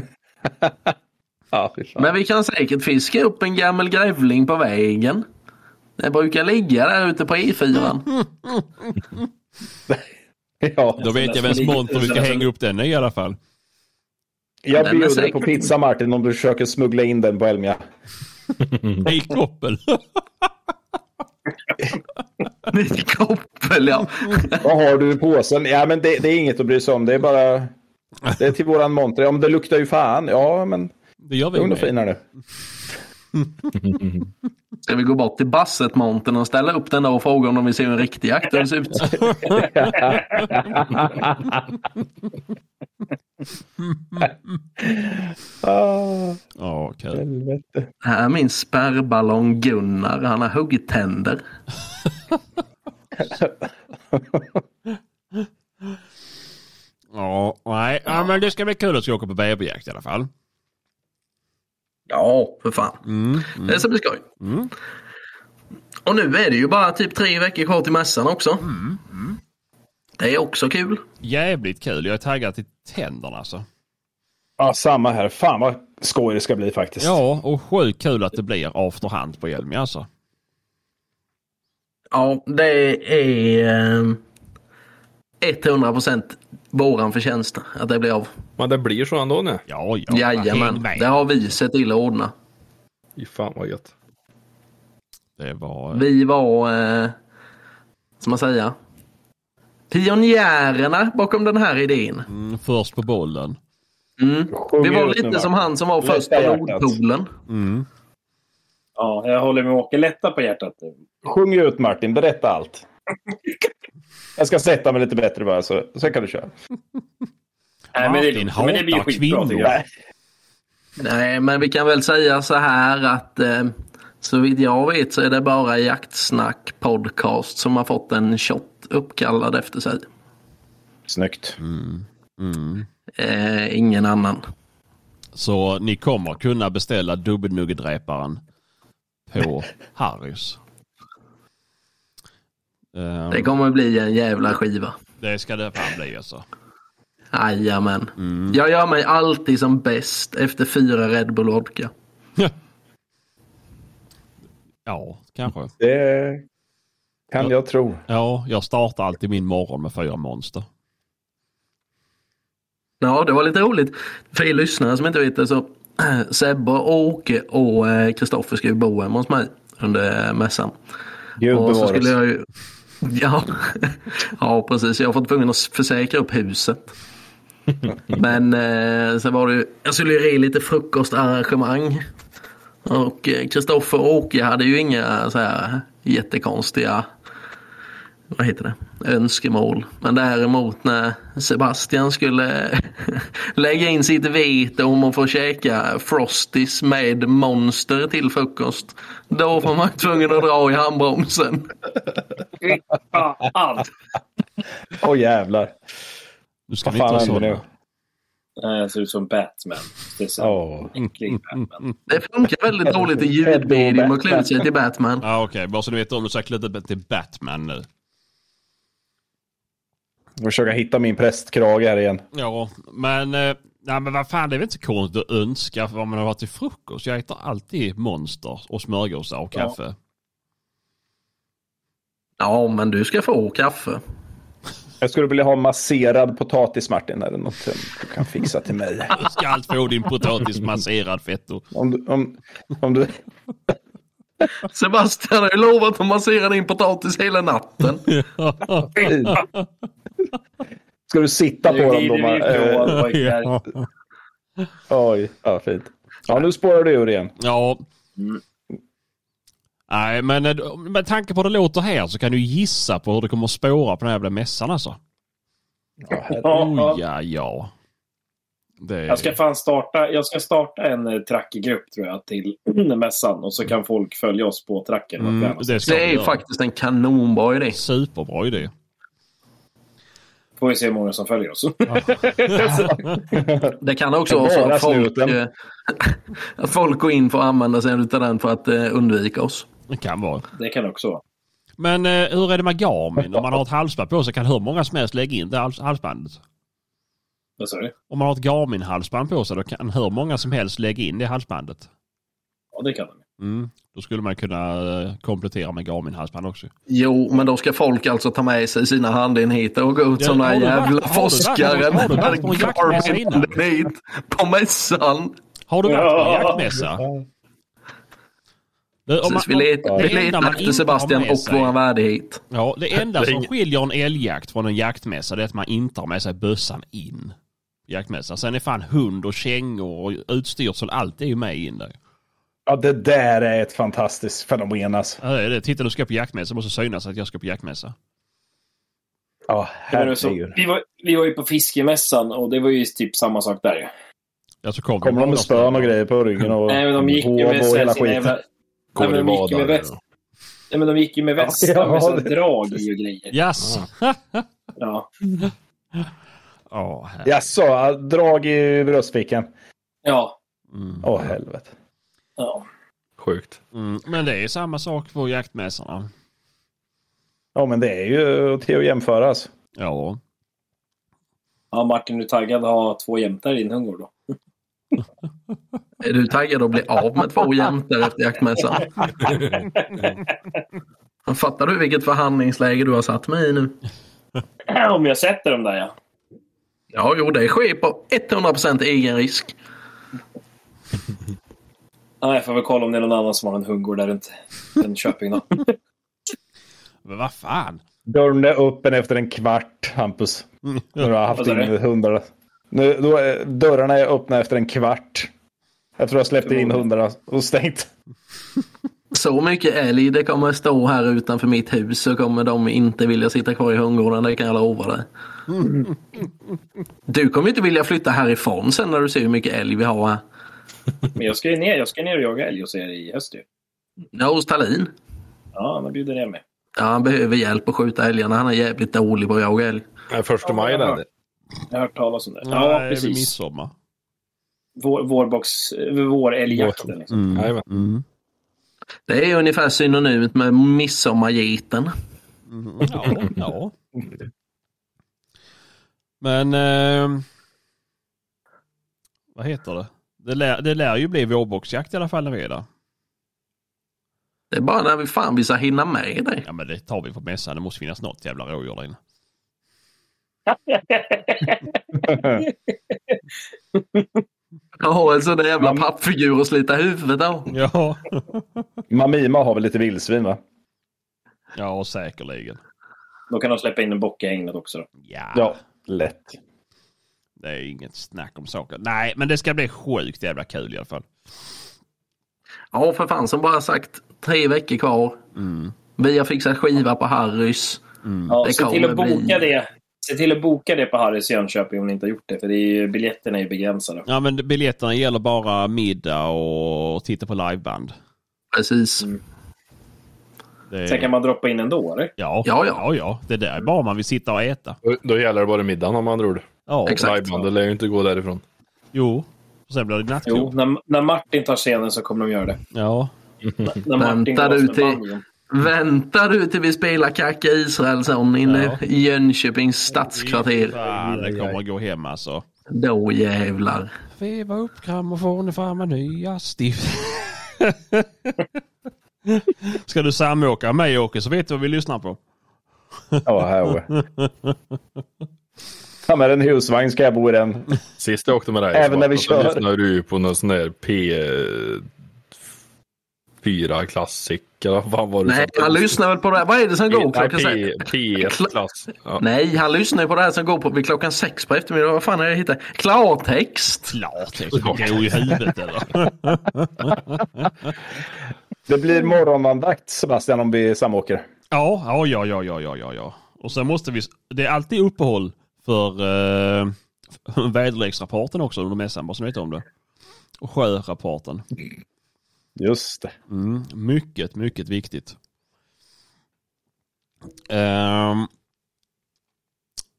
Ja, fy fan.
Men vi kan säkert fiska upp en gammal grävling på vägen. Den brukar ligga där ute på E E4.
Ja,
Då vet jag vems monter vi ska hänga upp den i i alla fall.
jag
Den är
bjuder
säkert-
på pizza Martin om du försöker smuggla in den på Elmia. Mm.
I koppel.
Lite koppel, ja.
Vad har du i påsen? Ja, men det, det är inget att bry sig om. Det är bara... Det är till våran monter. Ja, men det luktar ju fan. Ja, men
Det gör vi
lugn och
med.
fin här nu.
Ska vi gå bort till Bassetmonten och ställa upp den där och fråga om de vill se hur en riktig jakt ser ut?
Ah,
Ja, kul.
helvete.
Här är min spärrballong Gunnar. Han har huggtänder.
Ja, nej. Ja, men det ska bli kul att ska åka på bäverjakt i alla fall.
Ja, för fan. Det ska bli skoj. Och nu är det ju bara typ tre veckor kvar till mässan också. Det är också kul.
Jävligt kul. Jag är taggad till tänderna alltså.
Ja, samma här. Fan vad skoj det ska bli faktiskt.
Ja, och sjukt kul att det blir afterhand på Elmia alltså.
Ja, det är eh, 100% våran förtjänst att det blir av.
Men det blir så ändå nu.
Ja, ja. häng
Jajamän,
med.
det har vi sett till att ordna.
Fy fan vad gött.
Det var...
Vi var, eh, som man säger, pionjärerna bakom den här idén.
Mm, först på bollen.
Mm.
Sjung
Vi var
ut nu,
lite
Martin.
som han som var
Lätta
först på
hjärtat.
Nordpolen.
Mm.
Ja, jag håller med Åke. Lätta på hjärtat. nu.
Sjung ut Martin, berätta allt. Jag ska sätta mig lite bättre bara, så sen kan du köra.
Nej, men det, är
Martin
lugnt. men det blir ju
hatar
skitbra. tycker jag.
kvinnor.
Nej.
Nej, men vi kan väl säga så här att eh, så vitt jag vet så är det bara Jaktsnack Podcast som har fått en shot uppkallad efter sig.
Snyggt.
Mm.
Eh, ingen annan.
Så ni kommer kunna beställa dubbelnuggedräparen på Harrys. Ehm,
Det kommer bli en jävla skiva.
det ska det fan bli alltså.
Jajamän. Jag gör mig alltid som bäst efter fyra Red Bull Vodka.
ja, kanske.
Det kan jag tro.
Ja, jag startar alltid min morgon med fyra monster.
Ja, det var lite roligt. För er lyssnare som inte vet det så Sebbe, och Åke och eh, Kristoffer ska ju bo hemma hos mig under eh, mässan.
Gud
Och så
bevare
skulle
oss.
jag ju... Ja. ja, precis. Jag har fått tvungen att försäkra upp huset. Men eh, sen var det ju... Jag skulle ju re lite frukostarrangemang. Och eh, Kristoffer och Åke hade ju inga så här jättekonstiga vad heter det? Önskemål. Men däremot när Sebastian skulle lägga in sitt vete om att få käka Frosties med Monster till frukost. Då var man tvungen att dra i handbromsen.
Fan.
Åh jävlar.
Nu ska
Vad
vi inte
fan
ha
händer nu?
sådana.
Nej, Han Eh, ser ut som Batman. Det är så
Åh. Mm,
äcklig Batman.
Det funkar väldigt dåligt i ljudmedium och klä ut sig till Batman.
Ja, okej. Bara så ni vet om du säkert lite till Batman nu.
Jag försöker hitta min prästkrage här igen.
Ja, men... Eh, nej, men vad fan, det är väl inte så konstigt att önska vad man har varit till frukost. Jag äter alltid monster och smörgåsar och
Ja.
kaffe.
Ja, men du ska få kaffe.
Jag skulle vilja ha masserad potatis Martin, eller något som du kan fixa till mig.
Du ska allt få din potatis masserad fetto.
Om du, om, om du...
Sebastian har ju lovat att massera din potatis hela natten.
Ska du sitta på
Nu
dem då?
glider vi
Ma-
ifrån
eh,
pojkar.
Oj, ja fint. Ja, nu spårar du ur igen.
Ja. Nej, men eh, med tanke på hur det låter här så kan du gissa på hur det kommer att spåra på den här jävla mässan alltså.
Ja, herre-
Ja,
Oh, ja, ja. Det...
Jag ska fan starta, jag ska starta en eh, trackgrupp tror jag till mässan och så kan folk följa oss på tracken.
mm, det ska
Det
vi
är
göra.
faktiskt en kanonbra idé.
Superbra idé.
Får vi se hur många som följer oss.
Det kan också
Bara
vara så att folk,
snuten.
eh, att folk går in för att använda sig av den för att eh, undvika oss.
Det kan vara.
Det kan också vara.
Men eh, hur är det med Garmin? Om man har ett halsband på sig kan hur många som helst lägga in det hals- halsbandet.
Vad sa du?
Om man har ett Garmin-halsband på sig då kan hur många som helst lägga in det halsbandet.
Ja, det kan de.
Mm. Då skulle man kunna eh, komplettera med Garmin-halsband också.
Jo, men då ska folk alltså ta med sig sina handenheter och gå ut
Ja,
som den
har
här
du varit- har
jävla forskaren
du varit- har du
med
varit på jaktmässa innan?
Garmin-handenhet på mässan.
Har du varit på en
Ja.
jaktmässa? Det, om man-
Precis, vi letar,
det
vi
enda
letar
man inte
efter
har
Sebastian
med
och
sig-
vår värdighet.
Ja, det enda
Det är
som
inget-
skiljer en älgjakt från en jaktmässa det är att man inte har med sig bössan in. i Jaktmässan. Sen är fan hund och kängor och utstyrsel, allt är ju med in där.
Ja, det där är ett fantastiskt fenomen alltså.
Ja, det är det. Titta, du ska på jaktmässa. Det måste synas att jag ska på jaktmässa.
Ja,
Det var det som,
herregud.
vi, var, vi var ju på fiskemässan och det var ju typ samma sak där. ju.
Alltså, kom
Kommer de med spön och grejer på ryggen och
Nej, men de gick ju
hov
med
och hela
sina
skiten?
jävla... Nej, men de gick ju med väst. Nej, men de gick ju med västar
Ja,
med såna
det-
drag i och grejer.
Jaså?
Ja,
Ja, här.
Jaså, ja, drag i bröstfickan.
ja,
Mm.
Åh, helvete.
ja.
Sjukt.
Mm. Men det är samma sak på jaktmässorna.
Ja, men det är ju till att jämföra alltså.
Ja.
ja Martin, du är taggad att ha två jämtar i din hundgård då?
Är du taggad att bli av med två jämtar efter jaktmässan? Men Fattar du vilket förhandlingsläge du har satt mig i nu?
Om jag sätter dem där, ja.
Ja, jo, det sker på 100% egen risk.
ja. Jag får väl kolla om det är någon annan som har en hundgård där runt Jönköping då.
Men vad fan?
Dörrade upp en efter en kvart, Hampus. Nu har jag haft
Vad sa
in
du?
hundarna. Nu, då är, dörrarna är öppna efter en kvart. Efter att jag släppte in hundarna och stängt.
Så mycket älg det kommer stå här utanför mitt hus så kommer de inte vilja sitta kvar i hundgården, det kan jag lova dig. Du kommer inte vilja flytta härifrån sen när du ser hur mycket älg vi har här.
Men jag ska ju ner, jag ska ner och jaga älg hos er i höst ju.
Ja, hos Thalin.
Ja, men bjuder ner mig.
Ja, han behöver hjälp att skjuta älgarna, han är jävligt dålig på att jaga älg.
Nej, första
Ja,
maj
jag har
där.
hört. Jag har hört talas om det.
Nej,
Ja,
det är
precis.
Midsommar.
Vår, vårbox, eh, vårälgjakten. Liksom.
Jajamän.
Mm.
Det är ungefär synonymt med midsommargeten.
Mm, Ja, ja. Men... ehm, vad heter det? Det lär, det lär ju bli vårboxjakt i alla fall när vi är där.
Det är bara när vi fan vi ska hinna med det.
Ja men det tar vi på mässan. Det måste finnas något jävla rådjur där inne.
Jag har en sån där jävla pappfigur att slita huvudet av.
Ja.
Mamima har väl lite vildsvin va?
Ja säkerligen.
Då kan de släppa in en bock i hägnet också. Då.
Ja.
Ja, lätt.
Det är inget snack om saker. Nej men det ska bli sjukt jävla kul i alla fall.
Ja, för fan som bara sagt, tre veckor kvar. Vi har fixat skiva på Harrys.
Ja,
Mm. Det
se till
kommer
att boka
bli-
det. Se till att boka det på Harrys i Jönköping om ni inte har gjort det, för det är ju, biljetterna är ju begränsade.
Ja men biljetterna gäller bara middag och titta på liveband.
Precis.
Det är...
Sen kan man droppa in ändå, eller?
Ja,
Ja, ja.
ja, ja, Det där är bara om man vill sitta och äta.
Då, då gäller det bara middagen om andra ord.
Ja,
Exakt.
Livebandet lär ju inte gå därifrån.
Jo. Och sen blir det gnattklo.
Jo, när, när Martin tar scenen så kommer de göra det.
Ja.
N- När Martin
Väntar
går
du
som en
till...
banjo.
Väntar du till vi spelar Kaka Israelsson inne i Jönköpings stadskvarter?
Fan, det kommer att gå hem alltså.
Då jävlar.
Veva upp grammofonen fram med nya stift. Ska du samåka med mig Åke så vet du vad vi lyssnar på.
Ja, här. Ta med en husvagn ska jag bo i den.
Sist jag åkte med dig
Även när vi
Svante, så
kör.
lyssnade du på någon sån där P4 Classic eller vad fan var det?
Nej,
som-
han lyssnar väl på det här. Vad är det som går
Nej,
klockan sex?
P, P1 klass. Ja.
Nej, han lyssnar ju på det här som går på, vid klockan sex på eftermiddagen. Vad fan är det jag hittar? Klartext!
Klart det är ju i huvudet eller?
Det blir
Mm.
morgonandakt Sebastian om vi samåker.
Ja, ja, ja, ja, ja, ja, ja, ja. Och sen måste vi... Det är alltid uppehåll för eh, väderleksrapporten också under mässan, bara så ni vet om det. Och sjörapporten.
Just det.
Mm, mycket, mycket viktigt. Ehm,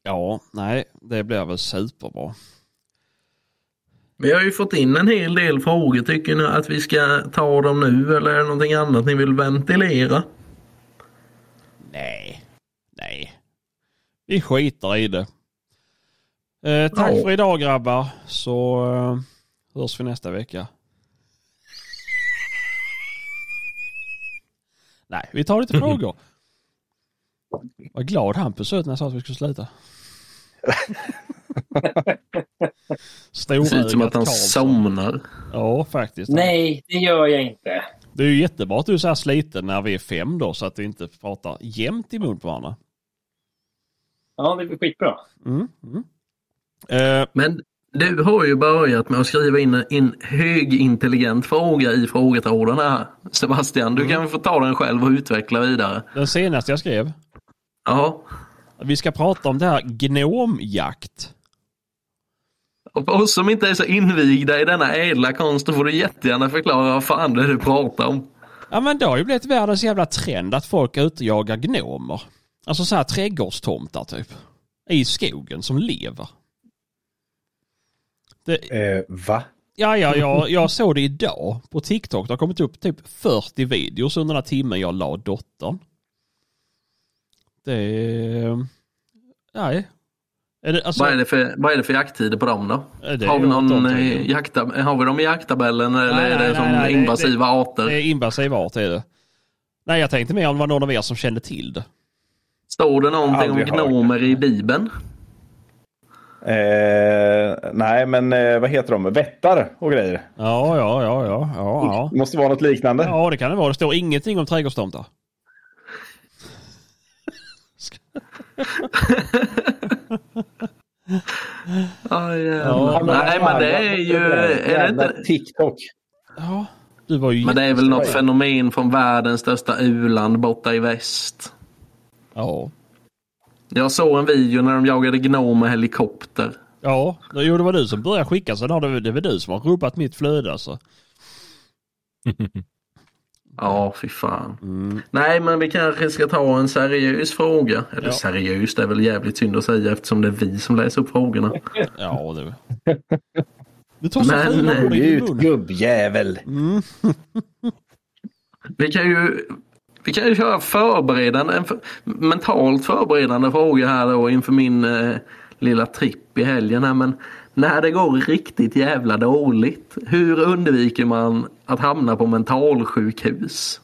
ja, nej, det blir väl superbra.
Vi har ju fått in en hel del frågor. Tycker ni att vi ska ta dem nu eller är det någonting annat ni vill ventilera?
Nej, nej. Vi skiter i det. Eh, tack
Ja.
för idag grabbar, så eh, hörs vi nästa vecka. Nej, vi tar lite frågor. Vad glad Hampus ut när jag sa att vi skulle sluta.
Det ser ut som
Storögat
att han
Karlsson.
somnar.
Ja, faktiskt.
Nej, det gör jag inte.
Det är ju jättebra att du är så här sliten när vi är fem då, så att vi inte pratar jämt i mun på varandra.
Ja, det blir skitbra.
Mm, mm. Eh,
Men du har ju börjat med att skriva in en högintelligent fråga i frågetråden här. Sebastian, du
Mm.
kan väl få ta den själv och utveckla vidare.
den senaste jag skrev.
Ja,
Vi ska prata om det här gnomjakt.
och för oss som inte är så invigda i denna ädla konst, då får du jättegärna förklara vad fan det är du pratar om.
Ja men det har ju blivit världens jävla trend att folk är ute och jagar gnomer. Alltså så här trädgårdstomtar typ. I skogen som lever. Det,
Eh, va?
ja, ja, jag, jag såg det idag på TikTok. Det har kommit upp typ 40 videos under den här timmen jag la dottern. Det är... Nej. Är det, alltså,
Vad är det för, vad är det för jakttider på dem då?
det är
har, vi
ju
någon,
åttonde.
eh, jaktab- har vi dem i jakttabellen eller
Nej,
är
nej,
det som
nej, nej, det-
invasiva
Det
arter?
är invasiv art är det. Nej, jag tänkte mer om det var någon av er som kände till det.
Står det någonting om
Aldrig hört
gnomer i Bibeln?
Eh, nej, men eh, vad heter de? Vättar och grejer.
Ja, ja, ja, ja, ja, ja.
Det måste vara något liknande.
Ja, det kan det vara. Det står ingenting om trädgårdstomtar.
Ja,
Ja,
jävlar. nej, men det är ju... Är det
Jävla
inte,
TikTok.
Ja, du var ju...
men det är väl något
Ja.
fenomen från världens största u-land borta i väst.
Ja.
Jag såg en video när de jagade gnomer med helikopter.
Ja, jo, det var du som började skicka. Sen har det, det var du som har rubbat mitt flöde alltså.
Ja, fy fan. Nej, men vi kanske ska ta en seriös fråga. Eller
Ja.
seriös, det är väl jävligt synd att säga eftersom det är vi som läser upp frågorna.
Ja, det... Du tar så
Men,
fula ord i din
Ut
mun.
gubbjävel.
Vi kan ju, vi kan ju köra förberedande, en för, mentalt förberedande fråga här då inför min eh, lilla tripp i helgen. Här. Men när det går riktigt jävla dåligt, hur undviker man att hamna på mentalsjukhus?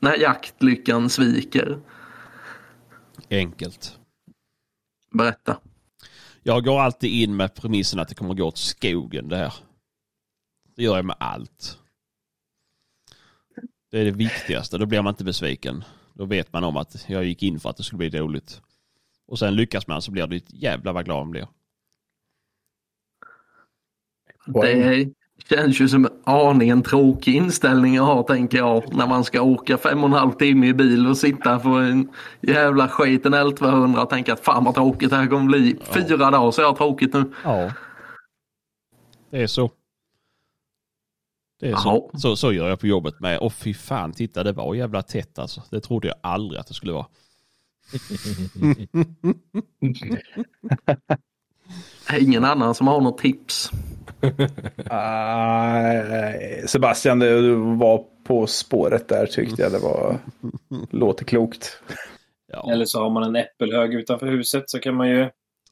När jaktlyckan sviker.
Enkelt.
Berätta.
Jag går alltid in med premissen att det kommer gå åt skogen det här. Det gör jag med allt. Det är det viktigaste. Då blir man inte besviken. Då vet man om att jag gick in för att det skulle bli roligt. Och sen lyckas man så blir det ett jävla vad glad man blir.
Det känns ju som aningen tråkig inställning att ha tänker jag. När man ska åka fem och en halv timme i bil och sitta på en jävla skiten L200 och tänka att fan vad tråkigt det här kommer bli. Fyra dagar så jag har tråkigt nu.
Ja. Det är så. Det är så.
Ja.
så. Så gör jag på jobbet med. Och fy fan, titta det var jävla tätt alltså. Det trodde jag aldrig att det skulle vara.
Det är Ingen annan som har något tips.
Nej, Ah, Sebastian, det- du var på spåret där tyckte jag. Det var... låter klokt.
Eller så har man en äppelhög utanför huset så kan man ju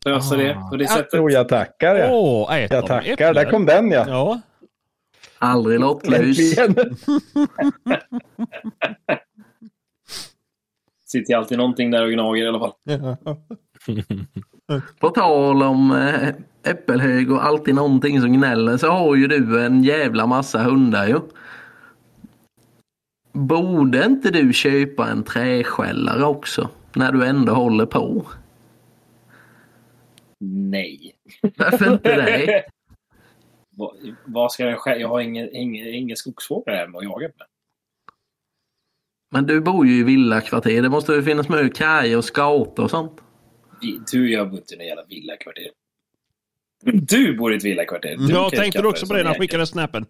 lösa
Ah.
det på det sättet.
Jo, jag tackar. Jag,
Åh, äter
jag
de
tackar.
äpplen?
Där kom den ja.
Ja,
Aldrig lottlös.
Äntligen.
sitter ju alltid någonting där och gnager i alla fall.
På tal om eh, äppelhög och alltid någonting som gnäller så har ju du en jävla massa hundar ju. Borde inte du köpa en träskällare också? När du ändå håller på.
Nej.
Varför inte det?
Vad, vad ska jag skära? Jag har ingen, ingen, ingen skogsfågel hemma att jaga med.
Men du bor ju i villakvarter. Det måste ju finnas med kajer och skator och sånt.
Vi- Du och jag bor inte i något jävla villakvarter. Du bor i ett villakvarter. Du kan
jag
ju
tänkte
skaffa
också
dig
på
sån
det när jag
jäkel.
skickade snappen.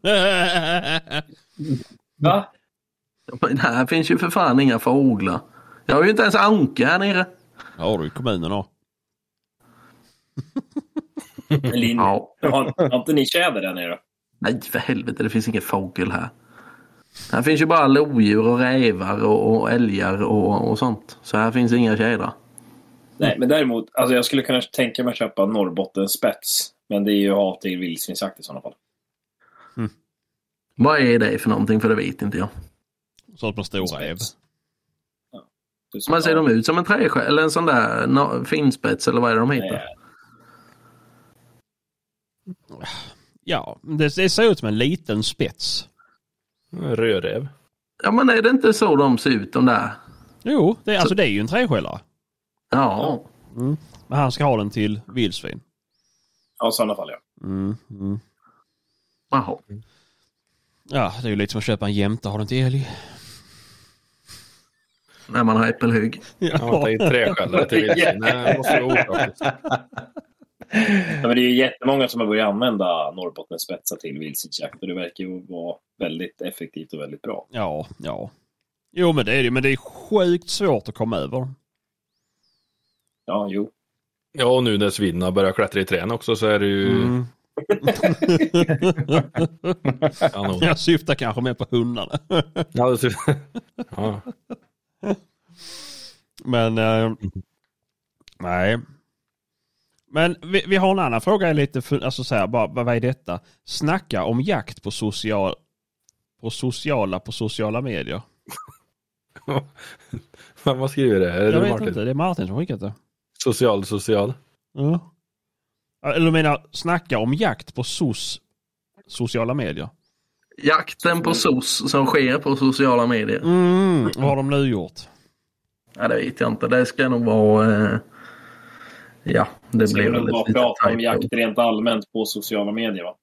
Va?
Men här finns ju för fan inga fåglar. Jag har ju inte ens anka här nere.
Har du i kommunen då? Mm.
Men Lin,
Ja.
har, har inte ni tjäder där nere? då?
Nej, för helvete. Det finns ingen fågel här. Här finns ju bara lodjur och rävar och, och älgar och, och sånt. Så här finns inga tjädrar.
Nej, men däremot, alltså jag skulle kunna tänka mig att köpa Norrbottens spets. Men det är ju hat till vildsvinsjakt i sådana fall.
Vad är det för någonting? För det vet inte jag.
Så på stora Ev.
Spets. Ja. Det är så-
Men ser de ut som en träskäll eller en sån där no, finspets eller vad är det de heter?
Nej,
Ja, det, det ser ut som en liten spets.
Rödräv.
Ja, men är det inte så de ser ut de där?
Jo, det, alltså det är ju en träskällare.
Ja.
Men han ska ha den till vildsvin.
Ja, i sådana fall ja.
Mm, mm.
Jaha.
Ja, det är ju lite som att köpa en jämte och ha den till älg.
När man har äppelhugg.
Ja, det är träskällare till vildsvin. Nej, det måste vara opraktiskt.
Ja, men det är ju jättemånga som har börjat använda Norrbottens spetsar till vildsvinsjakt och det verkar ju vara väldigt effektivt och väldigt bra.
Ja, ja. Jo, men det är det Men det är sjukt svårt att komma över.
Ja, jo.
Ja, och nu när svinna börjar klättra i träden också så är det ju...
Mm.
Ja, nog.
Jag syftar kanske mer på hundarna.
Ja, det ser- ja.
Men... Eh, nej. Men vi, vi har en annan fråga. är Lite för, alltså så här, bara, vad är detta? Snacka om jakt på, social, på sociala på sociala medier.
Vem har skrivit det? Är det
Jag vet
Martin?
inte. Det är Martin som skickat det.
Social, social.
Ja. Eller du menar snacka om jakt på SOS sociala medier?
Jakten på SOS som sker på sociala medier.
Mm, vad har de nu gjort?
Ja, det vet jag inte. Det ska nog vara... Eh... Ja, det
Ska vi
blir väl
nog bara
ett litet
prata om
typ.
typo.
jakt rent allmänt på sociala medier va?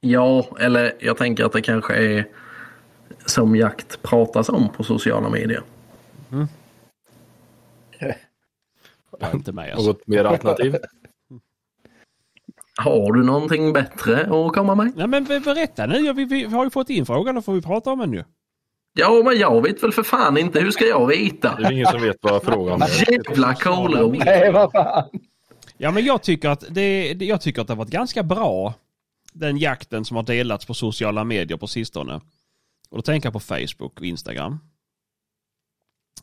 Ja, eller jag tänker att det kanske är som jakt pratas om på sociala medier.
Jag är inte med alltså.
Något mer alternativ?
Har du någonting bättre att komma med?
Nej men be- berätta nu, vi, vi har ju fått in frågan, då får vi prata om den ju.
Ja, men jag vet väl för fan inte. Hur ska jag veta?
Det är ju ingen som vet vad frågan är.
Jävla kolugn!
Nej, vad fan.
Ja men jag tycker att det, det- jag tycker att det har varit ganska bra, den jakten som har delats på sociala medier på sistone. Och då tänker jag på Facebook och Instagram.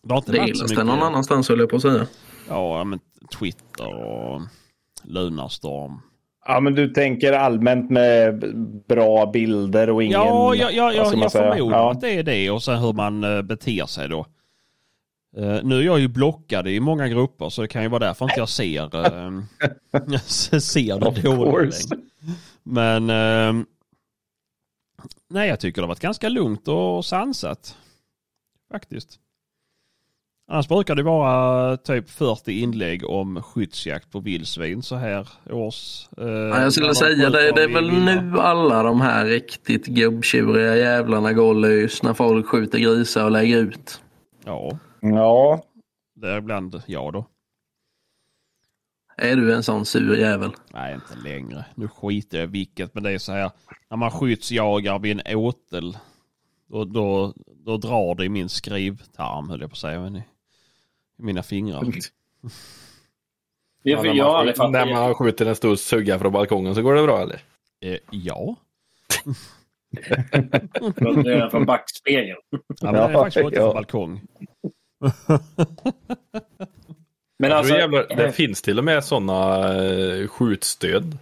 Det har inte varit så
Delas det
mycket.
någon annanstans höll jag på att säga.
Ja, men Twitter och Lunarstorm.
Ja, men du tänker allmänt med bra bilder och ingen...
Ja, jag, jag,
vad
jag,
ska man
jag
säga?
förmodar
Ja.
att det är det och sen hur man eh, beter sig då. Eh, nu är jag ju blockad i många grupper så det kan ju vara därför inte jag ser, uh, ser det dåligt.
course.
Men eh, nej, jag tycker det har varit ganska lugnt och sansat. Faktiskt. Annars brukar det vara typ 40 inlägg om skyddsjakt på vildsvin så här års. eh,
Ja, jag skulle
när de
säga det,
skjuter
det är
vi
väl
vilda.
nu alla de här riktigt gubbtjuriga jävlarna går lös när folk skjuter grisar och lägger ut.
Ja,
Ja,
däribland jag då.
Är du en sån sur jävel?
Nej, inte längre. Nu skiter jag i vilket, men det är så här. När man skyddsjagar vid en åtel, då, då, då drar det i min skrivtarm, höll jag på att säga. Men i, i mina fingrar.
Det är
Ja,
för
när
jag har
man
aldrig
skjuter- När
fattat.
man skjuter en stor sugga från balkongen så går det bra eller?
Eh, ja.
Det är från backspegeln.
Ja, men det är faktiskt
Ja,
inte
ja.
på balkong.
Men alltså,
det, är jävla, det finns till och med sådana eh, skjutstöd.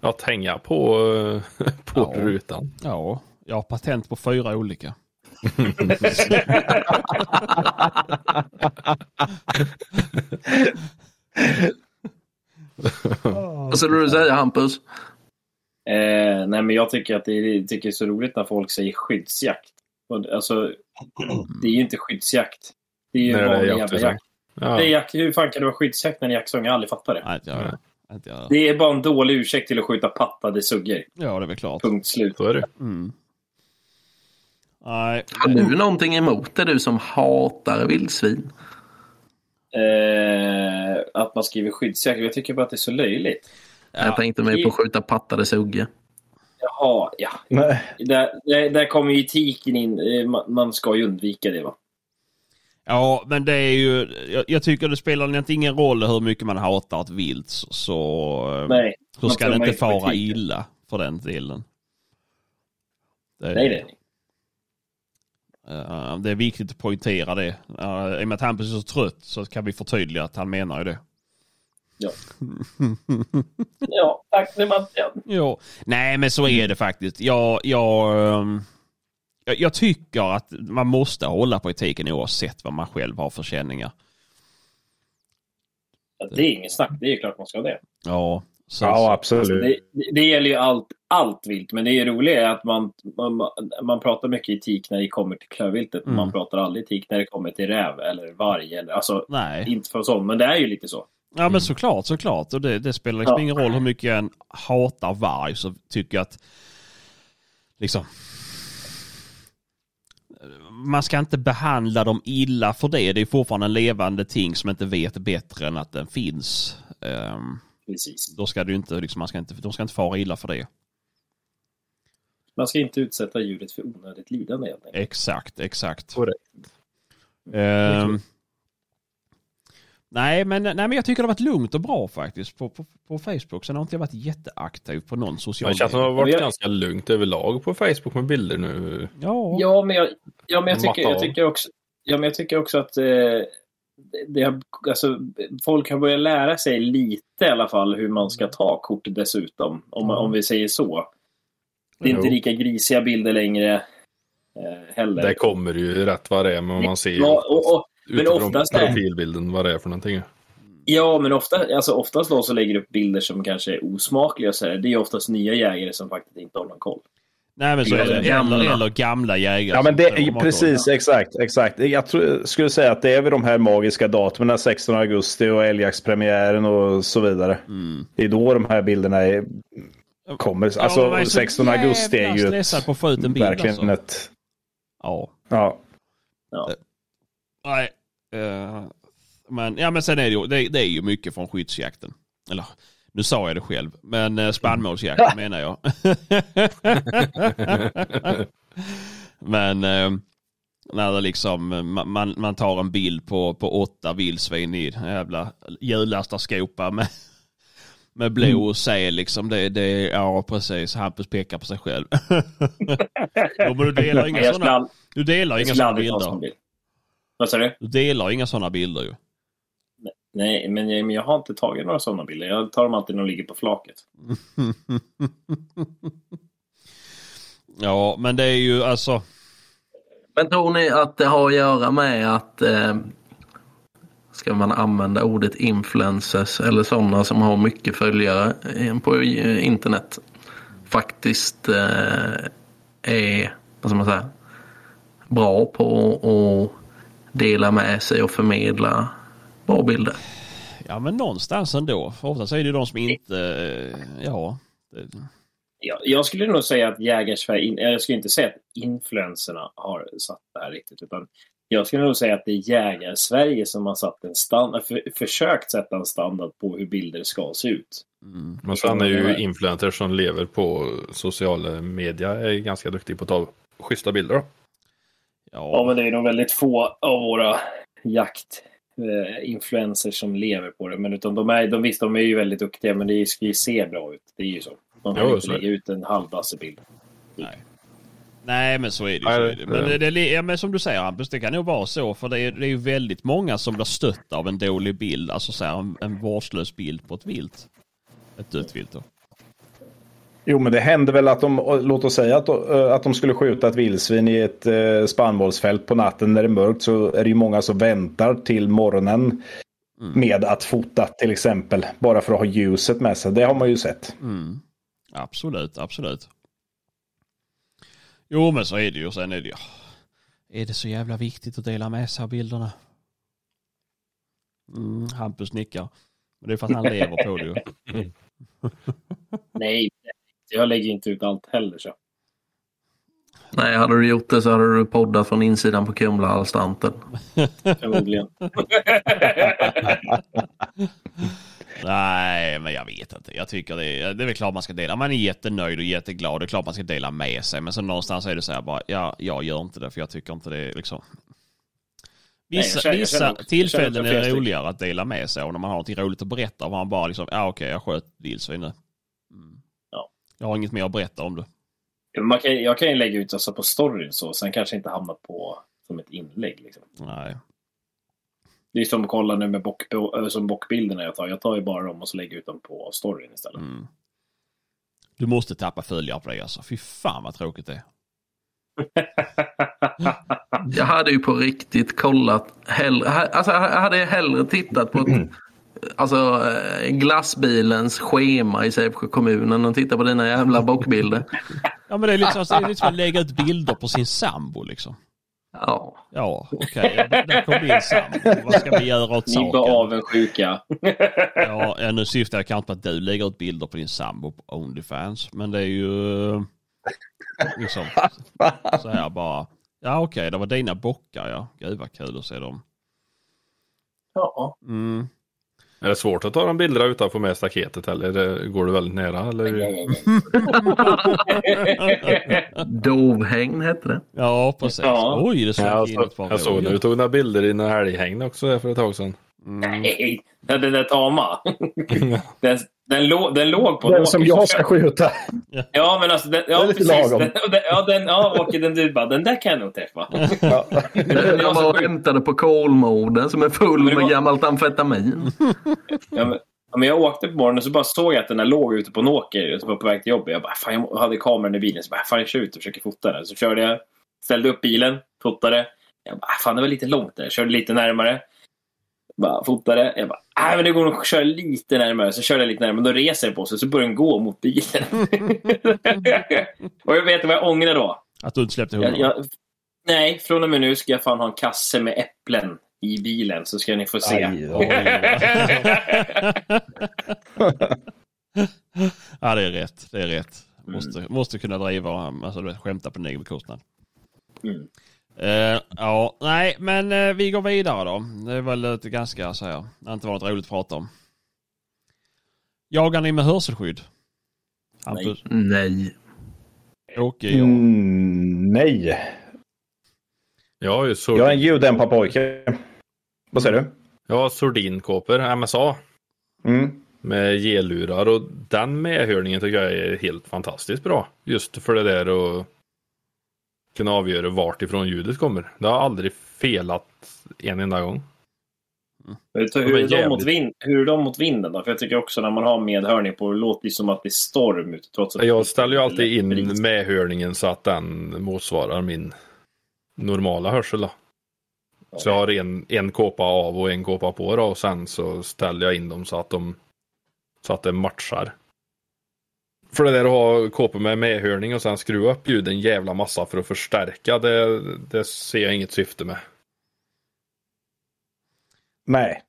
Att hänga på, eh, på
Ja.
rutan.
Ja, jag har patent på fyra olika.
Vad skulle du säga Hampus?
eh, nej, men jag tycker att det är, tycker det är så roligt när folk säger skyddsjakt. Och, det- alltså, det är ju inte skyddsjakt. Det är ju
Nej,
en
det är liksom.
vanlig jävla
jakttillstånd.
jakt.
Ja.
Det är jakt. Hur fan kan det vara skyddsjakt när det är jaktsång? Jag har aldrig fattat det.
Nej, inte jag. Inte jag.
Det är bara en dålig ursäkt till att skjuta pattade suggor.
Ja, det är väl klart.
Punkt slut.
Så är det.
Mm. Nej,
Har du någonting emot det du som hatar vildsvin?
Eh, att man skriver skyddsjakt. Jag tycker bara att det är så löjligt.
Jag tänkte mig på att skjuta pattade suggor.
Jaha, ja.
Nej.
Där, där, där kommer ju etiken in. Eh, ma- Man ska ju undvika det va?
Ja, men det är ju... Jag, jag tycker det spelar egentligen ingen roll hur mycket man hatar ett vilt så- så, eh,
Nej.
så
man
ska
får
det inte
möjlighet
fara
till kritik.
illa för den delen. Det,
Nej, nej.
eh, det är viktigt att poängtera det. Eh, I och med att Hampus är så trött så kan vi förtydliga att han menar ju det.
Ja. ja, tack nu Mattias.
Ja, nej men så är det faktiskt. Jag, jag, ehm, jag, jag tycker att man måste hålla på etiken oavsett vad man själv har för känningar.
Ja, Det är inget snack. Det är ju klart man ska ha det. Alltså,
Ja, så,
Ja, absolut.
Det, det, det gäller ju allt, allt vilt. Men det är ju roliga är att man, man, man pratar mycket etik när det kommer till klövviltet. men Man
Mm.
pratar aldrig etik när det kommer till räv eller varg. Eller, alltså,
nej.
inte för sånt, men det är ju lite så.
Ja men såklart, såklart. Och det, det spelar liksom
Ja.
ingen roll hur mycket jag än hatar varg så tycker jag att liksom man ska inte behandla dem illa för det. Det är fortfarande en levande ting som inte vet bättre än att den finns. Ehm,
Precis.
då ska du inte, liksom, man ska inte, de ska inte fara illa för det.
Man ska inte utsätta djuret för onödigt lidande. helt enkelt.
Exakt, exakt.
Korrekt.
Ehm, nej, men, nej, men jag tycker det har varit lugnt och bra faktiskt på, på, på Facebook. Sen har inte jag varit jätteaktiv på någon social
Det känns som det har
Men
varit
jag-
ganska lugnt överlag på Facebook med bilder nu.
Ja.
Ja, men jag, ja, men jag, tycker,
Matta
jag,
av.
tycker också, ja, men jag tycker också att eh, det- det har, alltså, folk har börjat lära sig lite i alla fall hur man ska ta kort dessutom. Om, man- om vi säger så. Det är inte
Mm. Jo.
lika grisiga bilder längre eh, heller.
Det kommer ju rätt vad det är, men man ser ju
ja, och, och, men
utifrån
oftast är-
profilbilden vad det är för någonting.
ja, men ofta, alltså, oftast de som lägger upp bilder som kanske är osmakliga och så här, det är oftast nya jägare som faktiskt inte har någon koll.
Nej men så är det.
Gamla.
Eller, eller gamla jägare.
Ja, men det
som-
är precis,
Ja.
exakt, exakt. Jag tror, skulle säga att det är vid de här magiska datumen, 16 augusti och älgjaktspremiären och så vidare. Det är då de här bilderna är, kommer.
Mm. Ja, men man är
Alltså
så
16 augusti är
jävla
ju
stressad på att få ut en bild,
verkligen
alltså.
ett...
Ja.
Ja,
Eh, Nej. eh, men, ja, men sen är det, ju, det, det är ju mycket från skyddsjakten. Eller nu sa jag det själv. Men eh, spannmålsjakten
Mm.
menar jag. men eh, när det liksom, eh, man, man- man tar en bild på, på åtta vildsvin i en jävla hjullastlarskopa med, med
Mm.
blod och säl liksom. Det, det, ja precis, Hampus pekar på sig själv. Jo, men du delar
Men
inga
jag skulle
sådana
all-
du delar
jag
inga
skulle
såna
aldrig ta en sån
bilder.
bild. Vad sa du?
Du delar inga sådana bilder ju.
Nej, men jag, men jag har inte tagit några sådana bilder. Jag tar dem alltid när de ligger på flaket.
ja, men det är ju alltså...
Men tror ni att det har att göra med att eh, ska man använda ordet influencers eller sådana som har mycket följare eh, på eh, internet faktiskt eh, är vad ska man säga, bra på att dela med sig och förmedla bra bilder?
Ja, men någonstans ändå. För Oftast är det ju de som inte... eh, Ja. det-
Jag, jag skulle nog säga att Jägarsverige, in- jag skulle inte säga att influenserna har satt det här riktigt, utan jag skulle nog säga att det är Jägarsverige som har satt en standard, för, försökt sätta en standard på hur bilder ska se ut.
mm,
Men sen är ju influencers som lever på sociala media är ju ganska duktig på att ta schyssta bilder. Då.
Ja,
Ja,
men det är nog väldigt få av våra jakt eh, influencers som lever på det. Men utan de är, de, visst, de är ju väldigt duktiga, men det ska ju se bra ut. Det är ju så. Man
Jo,
vill inte
så är
lägga ut en halvbassebild.
Nej, men så är det ju.
Nej,
så är det. Men,
det-
det, det, ja, men som du säger Hampus, det kan nog vara så. För det är, det är ju väldigt många som blir stötta av en dålig bild. Alltså så här, en, en vårdslös bild på ett vilt. Ett dött vilt då.
Jo, men det hände väl att de, låt oss säga att, eh, att de skulle skjuta ett vildsvin i ett eh, spannmålsfält på natten när det är mörkt så är det ju många som väntar till morgonen
Mm.
med att fota till exempel. Bara för att ha ljuset med sig. Det har man ju sett.
Mm. Absolut, absolut. Jo, men så är det ju. Och Sen är det ju... Är det så jävla viktigt att dela med sig av bilderna? Mm, Hampus nickar. Men det är för att han lever på det ju.
Nej, jag lägger inte ut allt heller. Så.
Nej, hade du gjort det så hade du poddat från insidan på Kumlaanstalten.
Förmodligen.
Nej, men jag vet inte. Jag tycker det är, det är väl klart man ska dela. Man är jättenöjd och jätteglad. Det är klart man ska dela med sig. Men så någonstans är det så här bara, ja, jag gör inte det för jag tycker inte det är liksom.
jag
Vissa,
känner- jag
vissa
känner också- jag
tillfällen
känner
är
också
det
fel
roligare att dela med sig och när man har något roligt att berätta och man bara liksom, ja ah, okej jag sköt vildsvin nu. Mm.
Ja.
Jag har inget mer att berätta om det.
Men Man kan, jag kan ju lägga ut alltså, på storyn så, sen kanske inte hamna på som ett inlägg. Liksom.
Nej.
Det är som kolla nu med bock, ö, som bockbilderna jag tar. Jag tar ju bara dem och så lägger jag ut dem på storyn istället.
Mm. Du måste tappa följare på det alltså. Fy fan vad tråkigt det är.
Jag hade ju på riktigt kollat. Hell, alltså, jag hade jag hellre tittat på ett, alltså, eh, glassbilens schema i Sävsjö kommun än att titta på dina jävla bockbilder.
Ja men det är liksom, alltså, det är liksom att lägga ut bilder på sin sambo liksom.
Ja.
Ja, okej. Där kom min sambo. Vad ska vi göra åt
Ni var
saken?
avundsjuka.
Ja, ja, nu syftar jag kanske på att du lägger ut bilder på din sambo på Onlyfans. Men det är ju... eh, Liksom, så här bara. Ja, okej. Det var dina bockar, ja. Gud vad kul att se dem.
ja.
Mm.
Är det svårt att ta de bilderna utan att få med staketet eller går du väldigt nära? Eller?
Dovhägn hette det.
Ja, precis.
Ja.
Oj, det såg
Ja, jag,
in ett
så,
par
jag såg när du
rådjur.
tog några bilder i några helghägn också där för ett tag sedan.
Nej, den den där tama. Den, den, lå- den låg på en
Den
åker,
som
så
jag
kö-
ska skjuta.
Ja, men alltså. Den, ja,
Det är lite
precis.
lagom.
Den, den, ja, den, ja, åker den du bara, den där kan jag nog träffa.
Ja.
Jag var och hämtade på Kolmården som är full med gammalt amfetamin.
Ja, men, ja, men jag åkte på morgonen så bara såg jag att den där låg ute på en åker och så var jag på väg till jobbet. Jag bara, fan, jag hade kameran i bilen så bara, fan jag kör ut och försöker fota den. Så körde jag, ställde upp bilen, fotade. Jag bara, fan det var lite långt där. Jag körde lite närmare. Bara fotade. Jag bara, nej men det går nog att köra lite närmare. Så körde jag lite närmare. Då reser den på sig så börjar den gå mot bilen. och jag vet vad jag ångrar då?
Att du inte släppte
Jag,
hundarna.
jag, nej, från och med nu ska jag fan ha en kasse med äpplen i bilen så ska ni få se.
Aj, ja.
Ja, det är rätt. Det är rätt.
Mm.
Måste, måste kunna driva och alltså, du vet, skämta på din egen bekostnad.
Mm.
Eh, ja, nej, men eh, vi går vidare då. Det var lite ganska så här. Det har inte varit roligt att prata om. Jagar ni med hörselskydd? Hampus?
Nej.
Åke, jag.
Mm, nej.
Jag
Jag
har ju
är en
sordin,
ljuddämparpojke. Vad säger du?
jag har sordinkåpor, MSA,
Mm.
med gelurar och den medhörningen tycker jag är helt fantastiskt bra. Just för det där och kunna avgöra vart ifrån ljudet kommer. Det har aldrig felat en enda gång.
Vet du,
Ja,
Hur
men
är, de
jävligt.
mot vind, hur är de mot vinden då? För jag tycker också när man har medhörning på, det låter ju som att det är storm ute. Trots att
Jag ställer ju alltid
Eller-
in medhörningen så att den motsvarar min normala hörsel. Då. Så jag har en, en kåpa av och en kåpa på då, och sen så ställer jag in dem så att de så att det matchar. För det där att ha kåpor med medhörning och sen skruva upp ljud en jävla massa för att förstärka det, det ser jag inget syfte med.
Nej.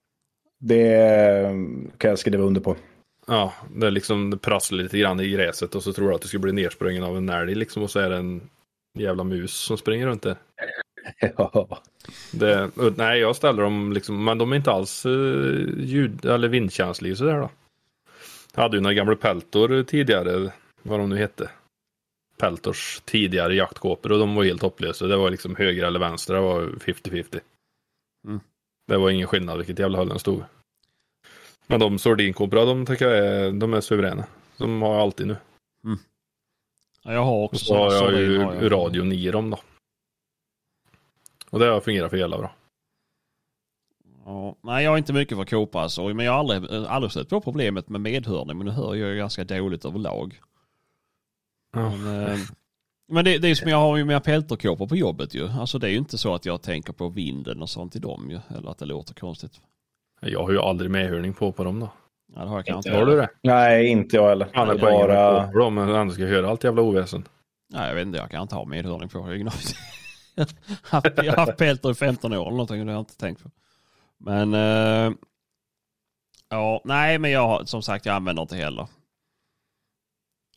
Det eh, kan jag skriva under på.
Ja, det är liksom det prasslar lite grann i gräset och så tror du att du ska bli nersprungen av en älg liksom och så är det en jävla mus som springer runt där.
Ja.
Det, och nej, jag ställer dem liksom, men de är inte alls eh, ljud eller vindkänsliga sådär då. Jag hade ju några gamla peltor tidigare, vad de nu hette. Peltors tidigare jaktkåpor och de var helt hopplösa. Det var liksom höger eller vänster, det var 50-50.
Mm.
Det var ingen skillnad vilket jävla håll den stod. Men de sordinkåporna, de tycker jag är, de är suveräna. De har jag alltid nu.
Ja, jag har också
Så har jag
sorry,
ju
har jag.
radion i dem då. Och det har fungerat för jävla bra.
Ja, nej, jag är inte mycket för kåpa alltså. Men jag har aldrig, eh, aldrig sett på problemet med medhörning. Men nu hör jag ju ganska dåligt överlag. Men, eh, men det, det är som jag har ju mina pelterkåpor på jobbet ju. Alltså det är ju inte så att jag tänker på vinden och sånt i dem ju. Eller att det låter konstigt.
Jag har ju aldrig medhörning på på dem då.
Ja, det har jag kanske
Har du det?
Nej, inte jag heller.
Han är poängen med
bara...
på dem, men ändå ska jag höra allt jävla oväsen.
Nej, jag vet inte. Jag kan inte ha medhörning på. Jag har ingen aning. Jag har haft peltor i 15 år eller någonting. och Det har jag inte tänkt på. Men... eh, ja, nej, men jag har- som sagt, jag använder inte heller.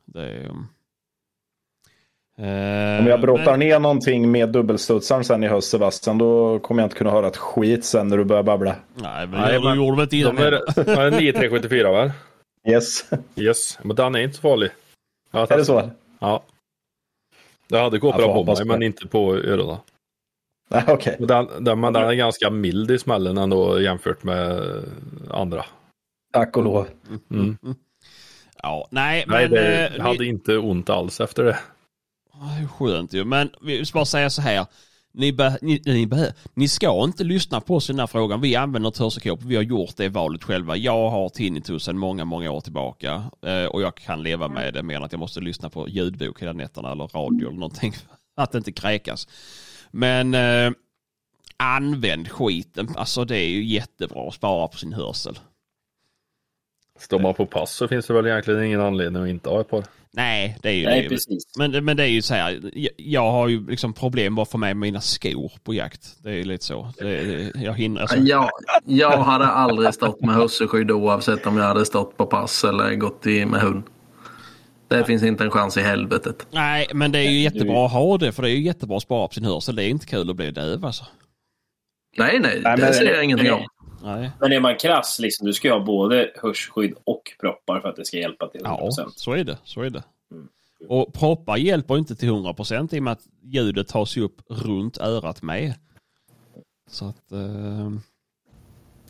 Det är... eh,
Om jag brottar
men-
ner någonting med dubbelstudsaren sen i höst Sebastian, då kommer jag inte kunna höra ett skit sen när du börjar babbla.
Nej, men
Nej,
det
men-
gjorde väl inte innan.
De är, de är 9374 va?
Yes,
Yes. Men den är inte så farlig. Jag har
är det
testat.
så?
Ja. Jag hade
Jag
kåporna
får
på
hoppas
mig
på
men
det.
inte på öronen.
Nej, okej.
Och Den, den, men den är ganska mild i smällen ändå jämfört med eh, andra.
Tack och lov.
Mm.
Ja, nej,
Nej,
men...
det
eh,
hade inte ont alls efter det.
Ja, det är Skönt ju, men vi ska bara säga så här. Ni, be, ni, ni, be, ni ska inte lyssna på oss i den här frågan. Vi använder ett hörselkåpor. Vi har gjort det valet själva. Jag har tinnitus sedan många, många år tillbaka. Eh, och jag kan leva med det mer än att jag måste lyssna på ljudbok hela nätterna eller radio eller någonting. för Att inte kräkas. Men eh, använd skiten. Alltså det är ju jättebra att spara på sin hörsel.
Står man på pass så finns det väl egentligen ingen anledning att inte ha ett par.
Nej, det är ju
Nej,
det.
precis.
Men, men det är ju så här, jag, jag har ju liksom problem med att få med mina skor på jakt. Det är ju lite så. Det, det- jag hinner, alltså,
Jag, jag hade aldrig stått med hörselskydd oavsett om jag hade stått på pass eller gått i med hund. Det finns inte en chans i helvetet.
Nej, men det är ju jättebra att ha det, för det är ju jättebra att spara på sin hörsel. Det är inte kul att bli döv alltså.
Nej, nej,
Nej,
det
men-
ser jag ingenting om.
Nej.
Men är man krass, liksom, du ska ju ha både hörselskydd och proppar för att det ska hjälpa till 100%.
Ja, så är det. Så är det.
Mm.
Och proppar hjälper inte till 100% i och med att ljudet tas ju upp runt örat med. Så att... Eh,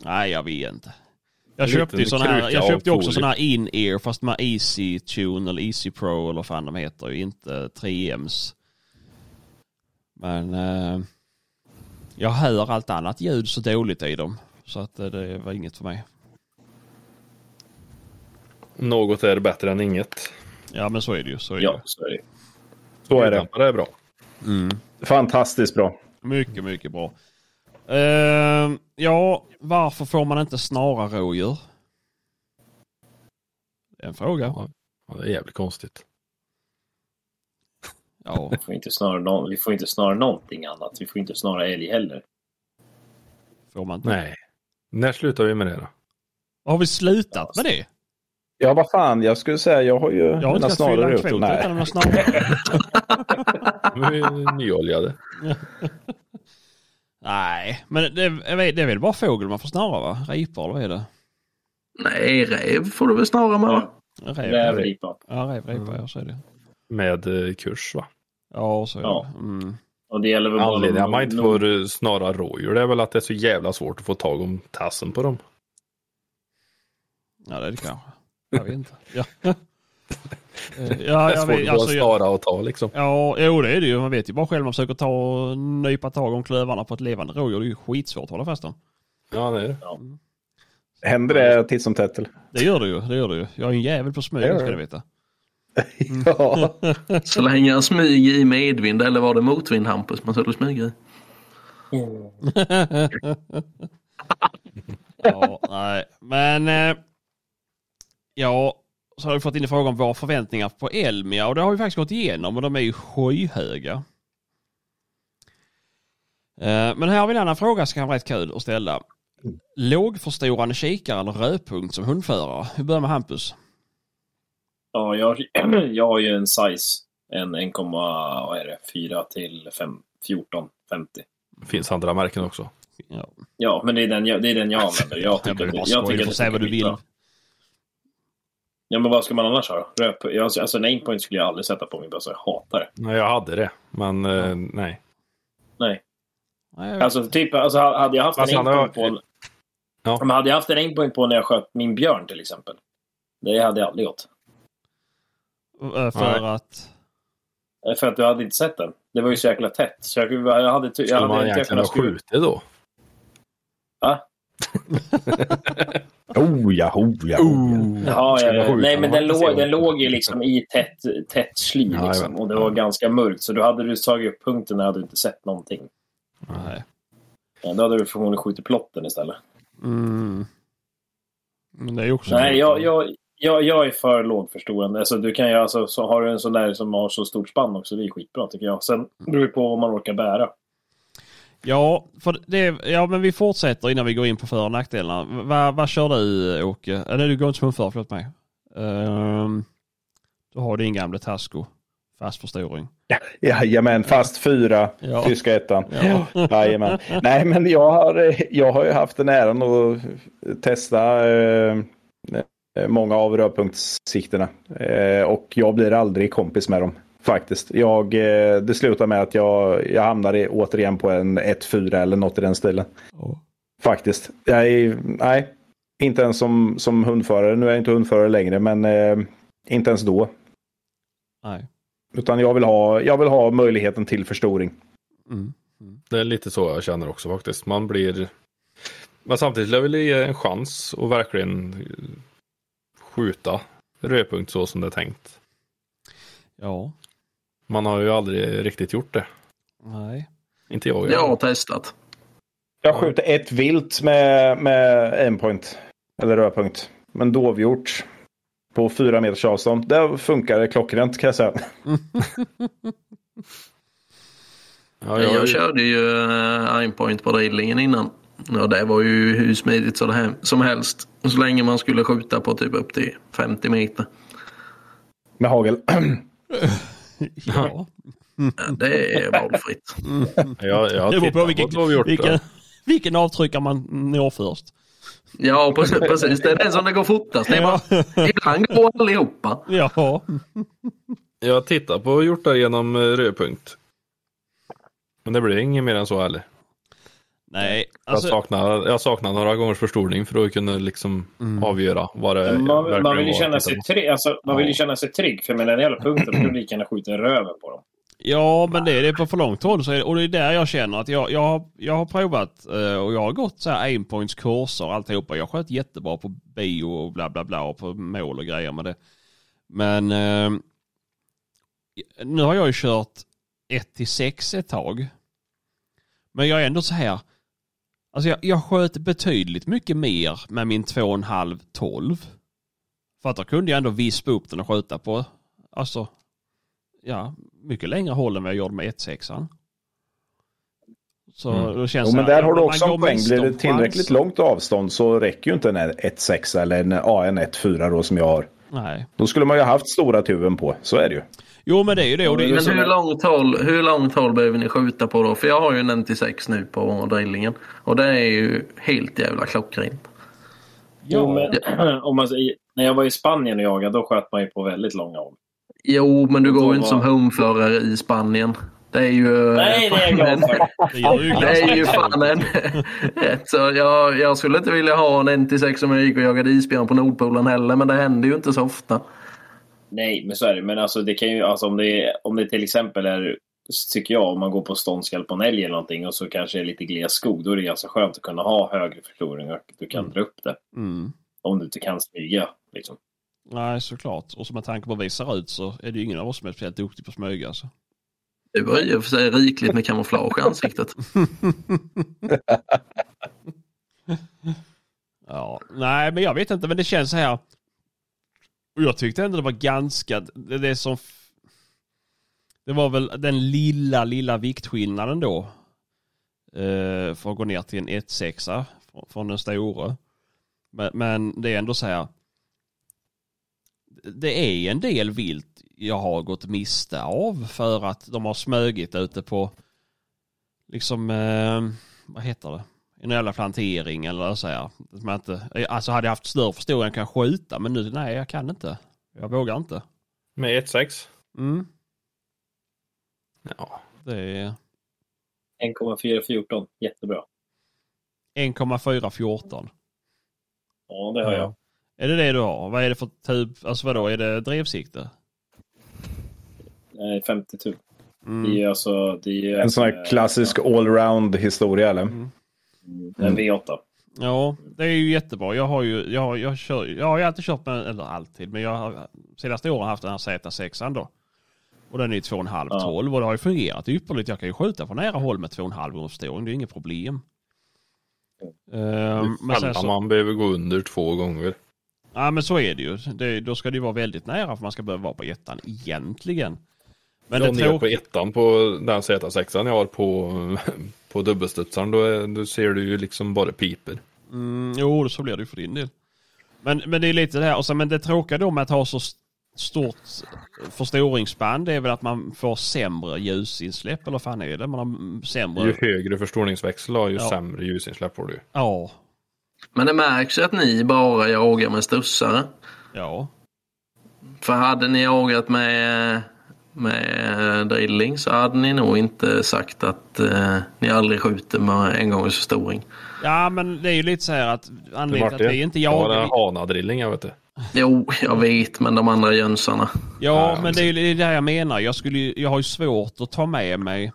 nej, jag vet inte. Jag
Liten
köpte ju sån här,
kruka
jag köpte ju
av
också
folie.
sån här in-ear fast med Easy Tune eller Easy Pro eller vad fan de heter ju inte 3Ms. Men eh, jag hör allt annat ljud så dåligt i dem. Så att eh, det var inget för mig.
Något är bättre än inget.
Ja men så är det ju. Så är det.
Ja, så är det.
Så är det.
Det är bra.
Mm.
Fantastiskt bra.
Mycket, mycket bra. Ehm, ja, varför får man inte snara rådjur? En fråga.
Ja, det är jävligt konstigt.
Ja,
Vi får inte snarare, nå- vi får inte snarare någonting annat. Vi får inte snarare älg heller.
får man inte.
Nej. När slutar vi med det då?
Har vi slutat med det?
Ja, vad fan. Jag skulle säga, jag har ju
Jag har inte
mina
kunnat fylla
snarare
en
ute.
kvot
Nej.
utan mina snarare.
Nu är vi nyoljade.
Nej, men det, jag vet- det är väl bara fågel man får snara va? Ripor eller vad är det?
Nej, rev får du väl snarare med. va?
Rev.
Rävripa.
Ja, rev, repa, ja så är det.
Med eh, kurs va?
Ja, så är
Ja.
det. Mm.
Och det gäller väl bara...
Anledningen att man inte
Nord-
får eh, snara rådjur det är väl att det är så jävla svårt att få tag om tassen på dem.
Ja, det är det kanske. Jag vet inte. Ja, ja jag,
det är svårt
vet.
att bara
Alltså, jag,
snara och ta liksom.
Ja, jo det är det ju. Man vet ju bara själv man försöker ta och nypa tag om klövarna på ett levande rådjur. Det är ju skitsvårt att hålla fast dem.
Ja, det är det.
Händer det titt som tätt? eller?
Det gör det ju. Det gör det ju. Jag är en jävel på
Det
smygen
gör
ska
det.
ni veta.
Ja.
Så länge jag smyger i medvind, eller var det motvind Hampus man skulle smyga i?
Ja, nej. Men eh, ja, så har vi fått in i frågan våra förväntningar på Elmia och det har vi faktiskt gått igenom och de är ju skyhöga. Eh, Men här har vi en annan fråga som kan vara rätt kul att ställa. Lågförstorande kikare eller rödpunkt som hundförare? Vi börjar med Hampus.
Ja, jag, jag har ju en size. En 1,4 till 5, 14, 50.
Finns andra märken också.
Ja.
Ja, men det är den jag, det är den jag använder. Jag
Jag
tycker,
vill bara
jag
skoja,
tycker
du får
det
säga vad du
funkar
vill.
skitbra. Ja, men vad ska man annars ha då? Röp, jag, alltså en aimpoint skulle jag aldrig sätta på min bössa. Jag hatar det.
Nej, jag hade det. Men eh, nej.
Nej.
Nej, jag vet
Alltså, typ, alltså ha- hade jag haft
Alltså,
en
han har-
aimpoint på...
Ja.
Men hade jag haft en aimpoint på när jag sköt min björn till exempel. Det hade jag aldrig gjort.
Eh, För att...
Eh, För att du hade inte sett den. Det var ju så jäkla tätt. Så jag, jag hade, ty- jag
Skulle
hade
man
inte
egentligen ha
kunnat skjuta.
skjutit då?
Va?
Oh ja, oh ja. Oh.
Ja, ja,
skulle
ja.
skjuta
Nej, men
någon.
den låg, den låg ju liksom i tätt, tätt sly
Ja, jag
liksom,
vet.
och det var ganska mörkt. Så då hade du tagit upp punkten när du inte sett någonting.
Nej.
Ja, Då hade du förmodligen skjutit plotten istället.
Mm. Men det är ju också...
Nej, jag, jag, jag, jag är för lågförstorande. Alltså, du kan ju, alltså, så har du en sån där som har så stort spann också, det är skitbra tycker jag. Sen
Mm.
beror det på vad man orkar bära.
Ja, för det, ja, men vi fortsätter innan vi går in på för och nackdelarna. V- Vad vad kör du Åke? Eller du går inte som en för, förlåt mig. Um, du har din gamla Tasco. Fast förstoring.
Jajamän, fast fyra,
Ja.
tyska ettan. Jajamän. Nej, men jag har, eh, jag har ju haft den äran att testa eh, eh, många av rödpunktssikterna. Eh, och jag blir aldrig kompis med dem, faktiskt. Jag, eh, det slutar med att jag, jag hamnar i, återigen på en 1-4 eller något i den stilen. Faktiskt. Jag är, nej, inte ens som, som hundförare. Nu är jag inte hundförare längre, men eh, inte ens då.
Nej.
Utan jag vill ha, jag vill ha möjligheten till förstoring.
Mm.
Det är lite så jag känner också faktiskt. Man blir... Men samtidigt vill jag väl ge en chans och verkligen eh, skjuta rödpunkt så som det är tänkt.
Ja.
Man har ju aldrig riktigt gjort det.
Nej.
Inte jag.
Jag har testat.
Jag skjuter ett vilt med, med aimpoint. Eller rödpunkt. Men dovhjort. På fyra meters avstånd. Där funkar det klockrent kan jag säga.
Jag,
Ja, jag, har ju-
körde ju eh, aimpoint på drillingen innan. Ja, det var ju hur smidigt så det här, som helst. Så länge man skulle skjuta på typ upp till 50 meter.
Med hagel.
Ja.
Ja, Det är valfritt.
jag, jag har
Det beror på
tittat
vilken,
vad vi har gjort.
vilken,
det.
vilken avtryckare man når först.
Ja, precis, precis. Det är den som det går fortast. Det är bara, ibland går allihopa.
Ja.
Jag tittar på och gjort det genom eh, rödpunkt. Men det blir inget mer än så heller.
Nej.
jag,
Alltså,
saknar, jag saknar några gångers förstoring för att kunna liksom
Mm.
avgöra vad det
Man, man, vill ju
var
känna
jag
sig
tittade på.
trygg, alltså, man vill ju känna sig trygg, för med den jävla punkten kan du lika gärna skjuta röven på dem.
ja, men det, det är på för långt håll. Så är det, och det är där jag känner att jag, jag, har- jag har provat eh, och jag har gått så här aimpoints kurser och alltihopa. Jag sköt jättebra på bio och bla bla bla och på mål och grejer med det. Men eh, nu har jag ju kört 1 till 6 ett tag. Men jag är ändå så här. Alltså jag, jag sköt betydligt mycket mer med min 2,5 12. För att då kunde jag ändå vispa upp den och skjuta på. Alltså. Ja, mycket längre håll än vad jag gjorde med 1,6an. Så då känns
Mm. Jo,
det
men
här,
där har du
Alltså, man
också
går
en poäng.
miste
Blir
om
det tillräckligt
chanser.
långt avstånd så räcker ju inte en 1-6 eller en AN 1-4 då som jag har.
Nej.
Då skulle man ju ha haft stora tuben på. Så är det ju.
Jo men det är ju det. Och det är ju
Men
så-
hur långt, håll, hur långt håll behöver ni skjuta på då? För jag har ju en NT6 nu på drillingen. Och det är ju helt jävla klockrent.
Jo, men, om man, säger- när jag var i Spanien och jagade, då sköt man ju på väldigt långa håll.
Jo, men du
Och då
går ju inte som
var-
hundförare i Spanien. Det är ju... eh,
Nej, det är jag glad för.
det gör ju
Det är ju
ganska-
fan en... ett, Så jag, jag skulle inte vilja ha en NT6 som jag gick och jagade isbjörn på Nordpolen heller, men det händer ju inte så ofta.
Nej, men så är det. Men alltså, det kan ju, alltså, om, det, är- om det till exempel är, tycker jag, om man går på ståndskall på en älg eller någonting och så kanske det är lite gles skog, då är det ganska skönt att kunna ha högre förstoring och du kan dra upp det.
Mm.
Om du inte kan smyga. Liksom.
Nej, såklart. Och som med tanke på vad vi ser ut så är det ju ingen av oss som är speciellt duktig på att smyga. Alltså.
Du var i och för sig rikligt med kamouflage i ansiktet.
Ja, nej, men jag vet inte, men det känns så här. Och jag tyckte ändå det var ganska, det, det som... f- Det var väl den lilla, lilla viktskillnaden då. Eh, för att gå ner till en 1,6 från, från den stora. Men, men det är ändå så här. Det är en del vilt jag har gått miste av för att de har smögit ute på, liksom, eh, vad heter det? en jävla plantering eller så här. Att man inte, alltså hade jag haft större förståelse kan jag skjuta men nu nej jag kan inte. Jag vågar inte.
Med 1-6?
Mm.
Ja.
Det är
1,414, jättebra.
1,414.
Ja, det har jag.
Är det det du har? Vad är det för typ, alltså vadå, är det drevsikte?
eh, 50 tur. Det är ju alltså... Det är ju
Mm. En sån här
eh,
klassisk allround historia eller?
En V8.
Ja, det är ju jättebra. Jag har ju, jag, har- jag kör, jag har ju alltid kört med, eller alltid, men jag har senaste åren haft den här Z6an då. Och den är ju 2,5
Ja.
12 och det har ju fungerat ypperligt. Jag kan ju skjuta från nära håll med 2,5 gånger förstoring. Det är ju inget problem. Ehm, men, sen
Sällan
så,
man behöver gå under två gånger.
ja, men så är det ju. Det, då ska det ju vara väldigt nära för man ska behöva vara på ettan egentligen. Men
Men
det
ner på
tråkiga...
ettan på den Z6 an jag har på, på dubbelstudsaren, då, är, då ser du ju liksom bara piper.
Mm, jo, så blir det ju för din del. Men, men det är lite det här. Och sen, men det tråkiga då med att ha så st- stort förstoringsspann det är väl att man får sämre ljusinsläpp. Eller vad fan är det? Man har mm, sämre...
Ju högre förstoringsväxel har, ju
Ja.
sämre ljusinsläpp får du.
Ja.
Men det märks ju att ni bara jagar med stussare.
Ja.
För hade ni jagat med, med eh, drilling så hade ni nog inte sagt att eh, ni aldrig skjuter med en gångs förstoring.
Ja, men det är ju lite så här att
Det
anledningen
vart
till att
det.
vi inte
Jag har
jagar...
en hanadrilling, jag vet det.
Jo, jag vet, men de andra jönsarna.
Ja, men det är ju det är
alltså-
det jag menar. Jag, skulle, ju- jag har ju svårt att ta med mig...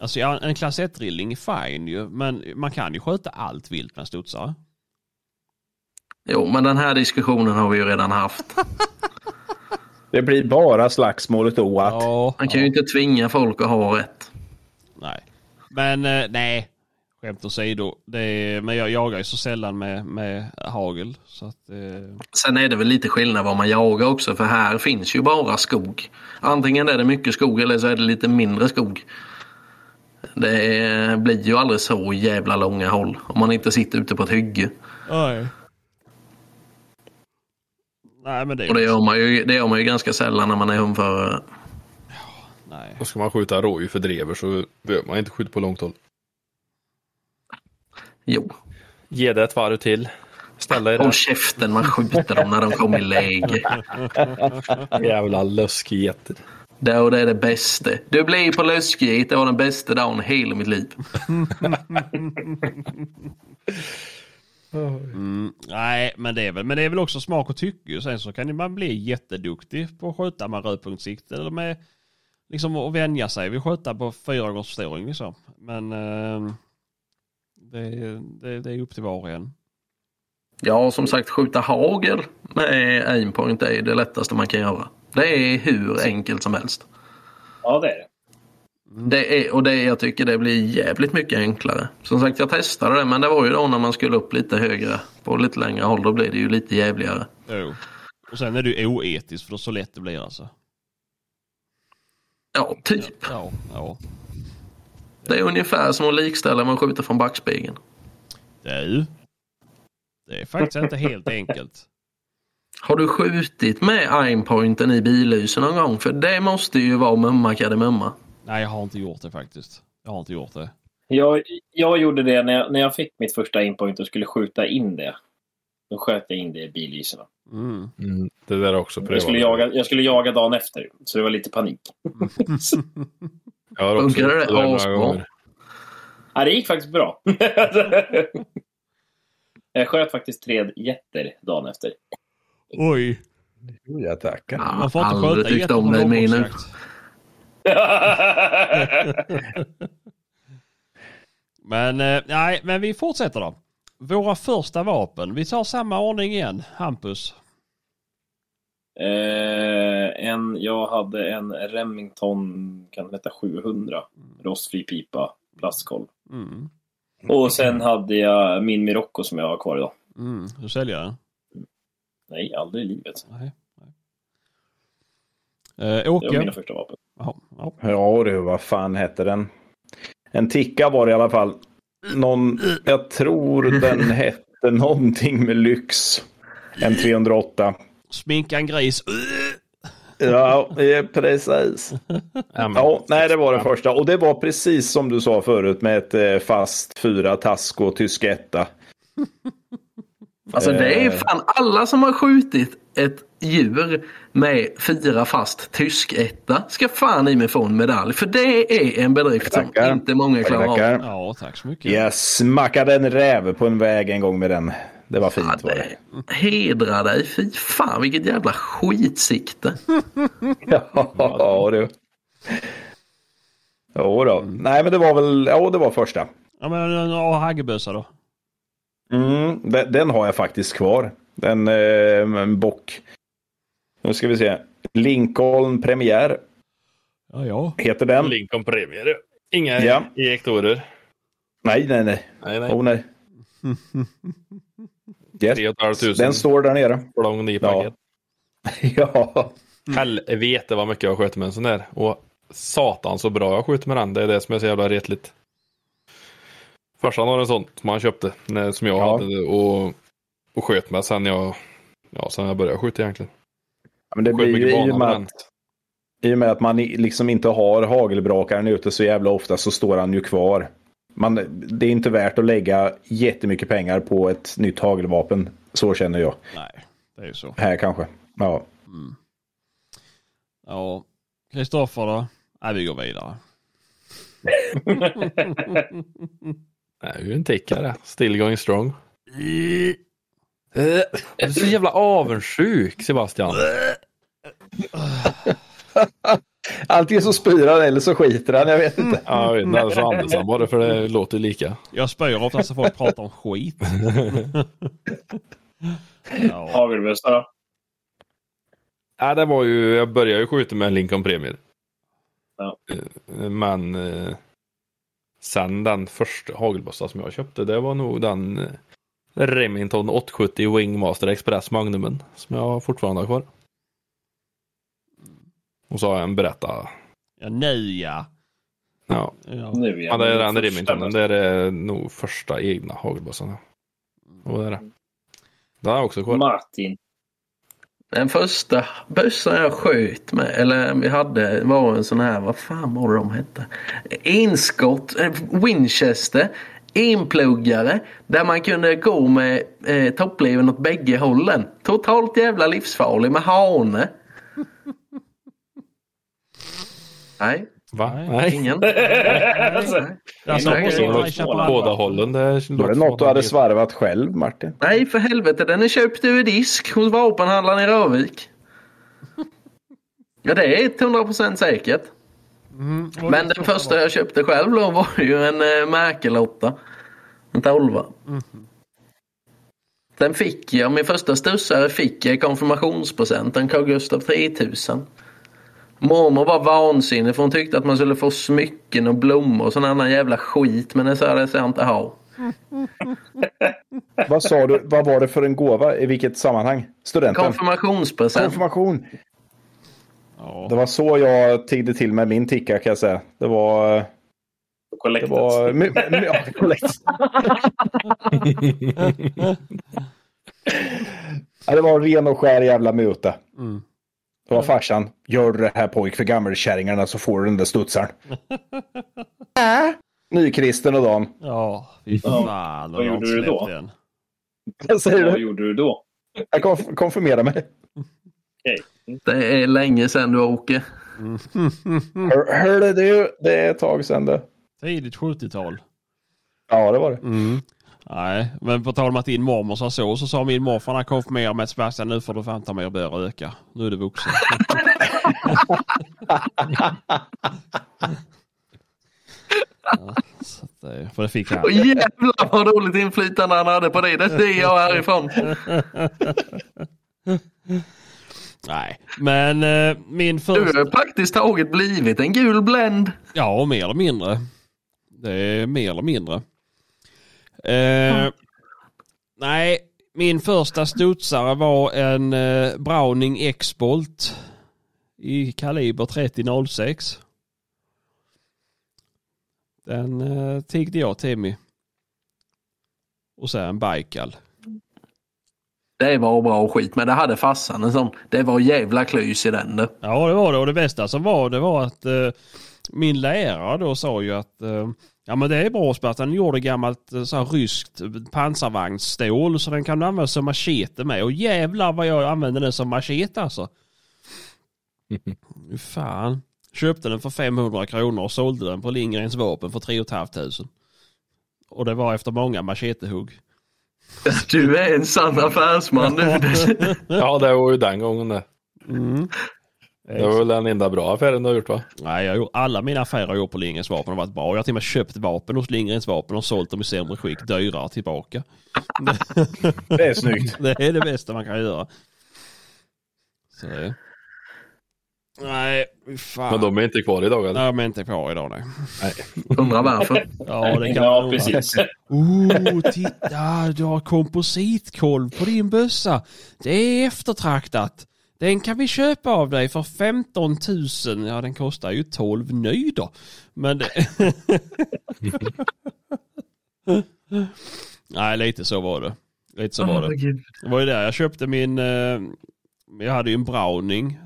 Alltså ja, en klass 1-drilling är fine ju, men man kan ju skjuta allt vilt med studsare.
Jo, men den här diskussionen har vi ju redan haft.
Det blir bara slagsmålet oat.
Ja.
Man kan ju inte tvinga folk att ha rätt.
Nej. Men eh, nej, skämt åsido. Det är, men jag jagar ju så sällan med, med hagel. Så att, eh,
Sen är det väl lite skillnad vad man jagar också, för här finns ju bara skog. Antingen är det mycket skog eller så är det lite mindre skog. Det är, blir ju aldrig så jävla långa håll om man inte sitter ute på ett hygge.
nej. Nej men det är
Och det gör man ju, det gör man ju ganska sällan när man är hundförare.
nej.
Och ska man skjuta rådjur för drever så behöver man inte skjuta på långt håll.
Jo,
Ge det ett varv till. Ställa er
håll käften, man skjuter dem när de kommer i läge.
Jävla löskgetter.
Det och det är det bästa. Du blir på löskigt, det var den bästa dagen i hela mitt liv.
Mm, nej men det är väl, men det är väl också smak och tycke. ju. Sen så kan ju man bli jätteduktig på att skjuta med rödpunktsikt eller med liksom att vänja sig vid att skjuta på fyra gångers förstoring liksom. Men eh, det, är- det, det är upp till var och en.
Ja, som sagt, skjuta hagel med aimpoint är ju det lättaste man kan göra. Det är hur enkelt som helst.
Ja, det är det.
Det är, och det, jag tycker det blir jävligt mycket enklare. Som sagt, jag testade det, men det var ju då när man skulle upp lite högre på lite längre håll. Då blir det ju lite jävligare.
Jo. Och sen är det ju oetiskt för det är så lätt det blir alltså.
Ja, typ.
Ja, ja.
Det är ungefär som att likställa med att skjuta från backspegeln.
Du. Det är faktiskt inte helt enkelt.
Har du skjutit med aimpointen i billysen någon gång? För det måste ju vara mumma kardemumma.
Nej, jag har inte gjort det faktiskt. Jag har inte gjort det.
Jag, jag gjorde det när jag, när jag fick mitt första inpoint och skulle skjuta in det. Då sköt jag in det i billyserna.
Mm.
Mm, det där är också
Jag skulle, jaga, jag skulle jaga dagen efter, så det var lite panik.
Jag har också
Funkar det?
gjort det där några
Asbra.
gånger.
Ja, det gick faktiskt bra. jag sköt faktiskt tre jätter dagen efter.
Oj.
Ja, tackar.
Ja,
Man får inte
aldrig
sköta
tyckt
getter
om
på
dig Minu.
robotjakt. Men eh, nej, men vi fortsätter då. Våra första vapen. Vi tar samma ordning igen. Hampus.
eh, en, jag hade en Remington kan den heta 700. Rostfri pipa, plastkolv.
Mm.
Och sen hade jag min Mirocco som jag har kvar idag.
Mm. Du säljer den?
Nej, aldrig i livet.
Nej. nej. Eh,
Det var mina
Åke.
första vapen.
Jaha, ja.
Ja du, vad fan hette den? En ticka var det i alla fall. Någon, jag tror den hette någonting med lyx. En 308.
Sminka en gris.
Ja, eh, precis.
Ja, men-
Ja, nej, det var den första. Och det var precis som du sa förut med ett eh, fast fyra task och tysk etta.
Alltså det är
Eh.
fan alla som har skjutit ett djur med fyra fast tysk etta ska fan i mig få en medalj. För det är en bedrift som
Tackar.
inte många klarar av.
Tackar.
Ja, tack så mycket.
Jag smackade en räv på en väg en gång med den. Det var fint.
Ja,
var det.
det hedrar dig. Fy fan vilket jävla skitsikte.
Ja, du. Jo då. Nej, men det var väl, ja det var första.
Ja men ja, haggebössa då.
Mm, den, den har jag faktiskt kvar. Den, eh, en bock. Nu ska vi se. Lincoln Premiär
Ja ja.
heter den.
Lincoln Premier. Inga
Ja.
ejektorer.
nej, nej, nej.
Nej, nej.
Oh, nej.
Tre och ett halvt
Yes.
tusen.
Den står där nere.
Lång nypaket.
ja. Mm.
Helvete vad mycket jag sköt med en sån där. Och satan så bra jag skjuter med den. Det är det som är så jävla retligt. Farsan har en sån som han köpte. när- Som jag
Ja.
hade och, och sköt med sen jag, ja, sen jag började skjuta egentligen.
Men det
Sköt
blir ju
mycket
i
banan
och, med
med
att, i och med att man i- liksom inte har hagelbrakaren ute så jävla ofta så står han ju kvar. Man, det är inte värt att lägga jättemycket pengar på ett nytt hagelvapen. Så känner jag.
Nej, det är ju så.
Här kanske. Ja.
Ja. Kristoffer då? Nej vi går vidare.
Nej, det är ju en tickare. Still going strong. Eh, Jag är så jävla avundsjuk Sebastian.
Antingen så spyr han eller så skiter han. Jag vet inte.
Ja, jag vet inte. Eller så Andersson bara för det låter ju lika.
Jag spyr ofta så folk pratar om skit. ja.
Hagelbössa då?
Nej, Äh, det var ju, jag började ju skjuta med en Lincoln Premier.
Ja.
Eh, Men eh, sen den första hagelbössan som jag köpte, det var nog den eh, Remington 870 Wingmaster Express Magnumen som jag fortfarande har kvar. Och så har jag en berätta.
ja nu ja.
Ja,
ja.
Nu
ja det är den
Första
Remingtonen. Det är nog första egna hagelbössan. ja. Och det är det. Den har jag också kvar.
Martin.
Den första bössan jag sköt med, eller vi hade, var en sån här, vad fan var det de hette? Enskott, eh, Winchester, enpluggare, där man kunde gå med eh, toppleven åt bägge hållen. Totalt jävla livsfarlig med hane. Nej,
Va?
Nej.
Nej.
ingen.
Alltså,
Nej.
Alltså,
Nej,
måste
det är
vara
något
i Köpenhamn.
Båda hållen. Det
Var det något du hade svarvat själv Martin?
Nej, för helvete. Den är köpt över disk hos vapenhandlaren i Rövik. Ja, det är 100% säkert.
Mm.
Men den första jag köpte själv då var ju en eh, Märkelotta. En 12 Den fick jag, min första stussare fick jag i konfirmationspresent. En Carl Gustaf 3000. Mormor var vansinnig för hon tyckte att man skulle få smycken och blommor och sån annan jävla skit. Men det sa jag, det ska jag inte ha.
Vad sa du? Vad var det för en gåva? I vilket sammanhang? Studenten?
Konfirmationspresent.
Konfirmation.
Ja.
Det var så jag tiggde till med min ticka kan jag säga. Det var... eh, Det
Collected.
var... my- my- ja, kollekt. ja, det var ren och skär jävla muta.
Mm.
Det var farsan. Gör det här pojk för gammelkärringarna så får du den där studsaren. Äh, Nykristen och dam.
Ja, fy
Ja.
fan.
Vad
jag har
gjorde
inte
du då?
släppt den.
Vad säger
Vad
du?
gjorde du då?
Jag konf- konfirmerar mig.
Det är länge sedan du åker.
Hör, hörde du? Det är ett tag sedan det. Mm.
Tidigt 70-tal.
Ja, det var det.
Nej, men på tal om att din mormor sa så, så sa min morfar när han konfirmerade mig att Sebastian nu får du fan ta mig och börja röka. Nu är du vuxen. ja, så att det, för det fick han.
Och jävlar vad roligt inflytande han hade på det. Det ser jag härifrån.
Nej, men eh, min
Du har
första...
ju praktiskt taget blivit en gul bländ.
Ja, mer eller mindre. Det är mer eller mindre. Eh, nej, min första studsare var en eh, Browning X-Bolt i kaliber 3006. Den eh, tiggde jag Timmy. Och sen Baikal.
Det var bra skit, men det hade farsan en sån. Det var jävla klys i den du.
Ja, det var det. Och det bästa som var, det var att eh, min lärare då sa ju att eh, ja, men det är bra Spartan, den gjorde gammalt eh, så här, ryskt pansarvagnsstål så den kan du använda som machete med. Och jävlar vad jag använde den som machete alltså. Fy Fan. Köpte den för 500 kronor och sålde den på Lindgrens vapen för 3 500. Och det var efter många machetehugg.
Du är en sann affärsman nu.
Ja, det var ju den gången det.
Mm.
Det var väl den enda bra affären du har gjort va?
Nej, jag har gjort, alla mina affärer jag gjort på Lindgrens vapen har varit bra. Jag har till och med köpt vapen hos Lindgrens vapen och sålt dem i sämre skick, dyrare tillbaka.
Det är snyggt.
Det är det bästa man kan göra. Så det är. Nej, fy fan.
Men de är inte kvar idag
Nej,
eller?
de är inte kvar idag nej.
Undrar varför.
Ja, det kan man
Ja,
undra.
precis.
Oh, titta, du har kompositkolv på din bössa. Det är eftertraktat. Den kan vi köpa av dig för 15 000. Ja, den kostar ju 12 ny då. Men det... Nej, lite så var det. Lite så var det.
Herregud.
Det var ju där jag köpte min... Eh, jag hade ju en browning.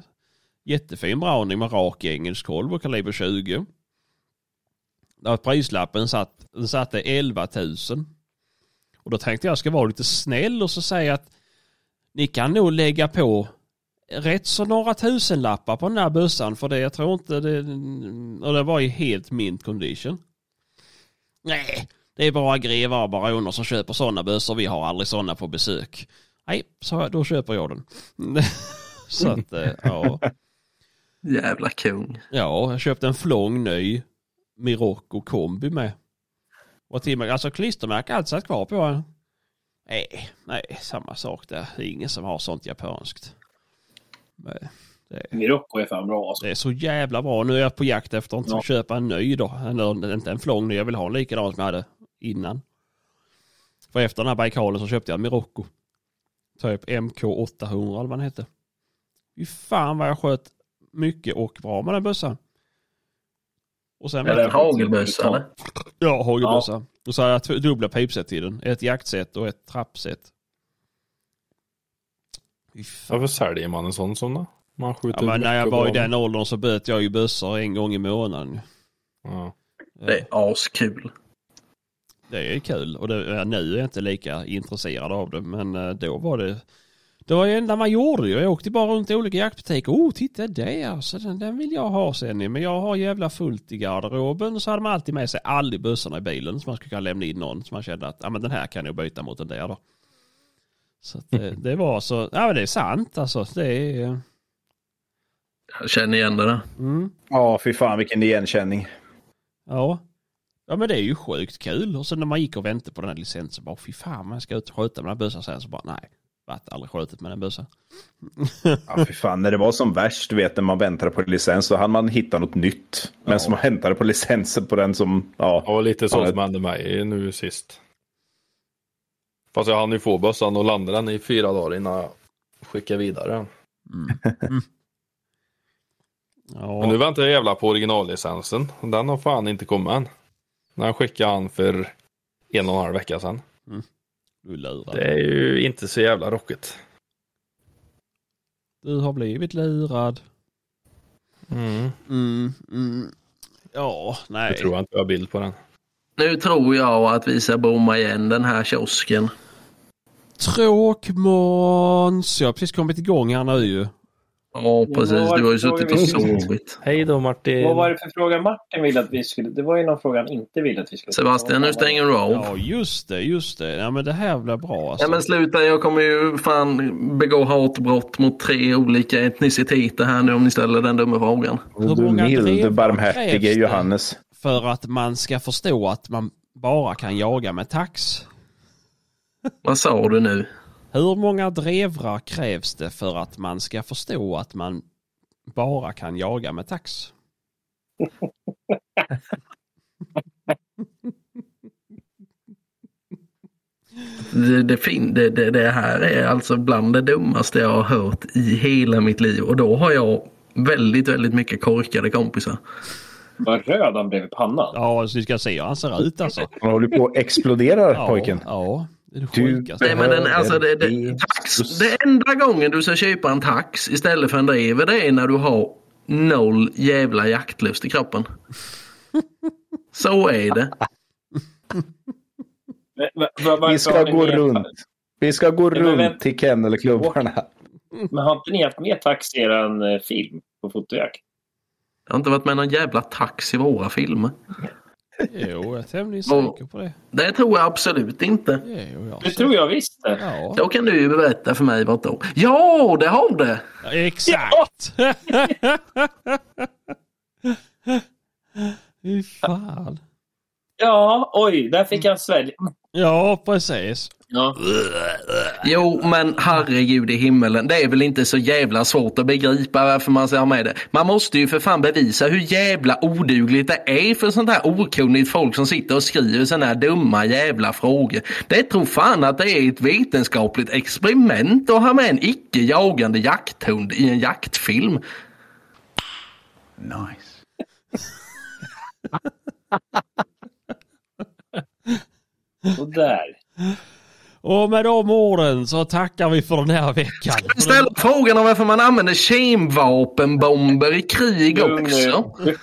Jättefin browning med rak engelsk kolv och kaliber 20. Där prislappen satt, den satte 11 000. Och då tänkte jag ska vara lite snäll och så säga att ni kan nog lägga på rätt så några tusenlappar på den här bössan för det jag tror inte det... Och det var i helt mint condition. Nej, det är bara grevar och baroner som köper sådana bössor. Vi har aldrig sådana på besök. Nej, sa jag, då köper jag den. så att, eh, ja.
Jävla kung.
Ja, jag köpte en flång ny Mirocco kombi med. Och till och med, alltså klistermärke har alltid satt kvar på den. Nej, nej, samma sak där. Det är ingen som har sånt japanskt. Nej,
Mirocco är fan bra. Alltså.
det är så jävla bra. Nu är jag på jakt efter att
Ja.
köpa en ny då. Eller inte en flång ny, jag vill ha en likadan som jag hade innan. För efter den här Baikalen så köpte jag en Mirocco. Typ MK800 eller vad den hette. Fy fan vad jag sköt mycket och bra med den bössan. Och sen
Är det en hagelbössa eller?
Ja, hagelbössa. Och så har jag t- dubbla pipset i den. Ett jaktset och ett trappset. Fy fan.
Varför säljer man en sån som då? Man skjuter
Ja, men när jag
mycket
var i
bra.
den åldern så böt jag ju bössor en gång i månaden.
Ja.
Det är askul.
Det är kul och det, ja, nu är jag inte lika intresserad av det men eh, då var det det var det enda man gjorde ju. Jag åkte bara runt i olika jaktbutiker. Oh, titta där, så den, den vill jag ha sen. Men jag har jävla fullt i garderoben. Så hade man alltid med sig aldrig bössorna i bilen så man skulle kunna lämna in någon som man kände att ja, men den här kan jag byta mot den där då. Så att det, det var så, ja men det är sant alltså. Det är, eh,
Jag känner igen det där.
mm.
Ja, fy fan vilken igenkänning.
Ja. Ja men det är ju sjukt kul. Och sen när man gick och väntade på den här licensen bara fy fan man ska ut och skjuta med den här bössan sen så bara nej. Vart aldrig skjutit med den bössan.
Ja, fy fan, när det var som värst, du vet när man väntade på licens, så hann man hitta något nytt. Men som man hämtade på licensen på den som, ja.
Det var lite så
Ja,
som hände mig nu sist. Fast jag hann ju få bössan och landa den i fyra dagar innan jag skickade vidare den.
Ja.
Men nu väntar jag jävla på originallicensen. Den har fan inte kommit än. Den skickade han för en och en halv vecka sedan.
Du lurad.
Det är ju inte så jävla rockigt.
Du har blivit lurad. Mm, mm. Ja,
Jag
nej.
tror inte jag har bild på den.
Nu tror jag att vi ska bomma igen den här kiosken.
Tråkmåns. Jag har precis kommit igång här nu ju.
Ja, precis. Du har ju
varför
suttit
frågar
och
vi
sovit.
Hej då Martin.
Vad var det för fråga Martin ville att vi skulle... Det var ju någon fråga han inte ville att vi skulle...
Sebastian, nu stänger du av.
Ja, just det, just det. Ja, men det här blir bra alltså.
Ja men sluta, jag kommer ju fan begå hatbrott mot tre olika etniciteter här nu om ni ställer den dumma frågan.
Hur
Du
många
milde,
grevar
barmhärtige
krävs det?
Johannes.
För att man ska förstå att man bara kan jaga med tax.
Vad sa du nu?
Hur många drevrar krävs det för att man ska förstå att man bara kan jaga med tax?
Det, det, fin- det, det, det här är alltså bland det dummaste jag har hört i hela mitt liv och då har jag väldigt, väldigt mycket korkade kompisar.
Vad röd han blev i pannan.
Ja, så ni ska se hur han ser ut alltså.
Han håller på att explodera
Ja,
pojken.
Ja, det är det
Du-
sjukaste.
Nej men den, alltså det, det,
Jesus.
tax, det enda gången du ska köpa en tax istället för en driver det är när du har noll jävla jaktlust i kroppen. Så är det.
Men- men- varför
Vi ska
har ni
gå
med-
runt. Vi ska gå
men
runt
vänta.
till kennelklubbarna.
Men har inte ni haft med tax i eran eh, film på fotojakt?
Jag har inte varit med någon jävla tax i våra filmer.
Jo, jag är tämligen säker på det.
Det tror jag absolut inte.
Jo, jag
Det tror jag visst det.
Ja,
Då kan du ju berätta för mig vart då. Ja, det har det!
exakt! Fy fan.
Ja, oj, där fick jag svälja.
Ja, precis.
Ja.
Jo, men herregud i himmelen. Det är väl inte så jävla svårt att begripa varför man ska ha med det. Man måste ju för fan bevisa hur jävla odugligt det är för sånt här okunnigt folk som sitter och skriver såna här dumma jävla frågor. Det tror fan att det är ett vetenskapligt experiment att ha med en icke-jagande jakthund i en jaktfilm.
Nice.
Och där.
Och med de orden så tackar vi för den här veckan.
Ställ frågan om varför man använder kemvapenbomber i krig
Lugn
också.
nu.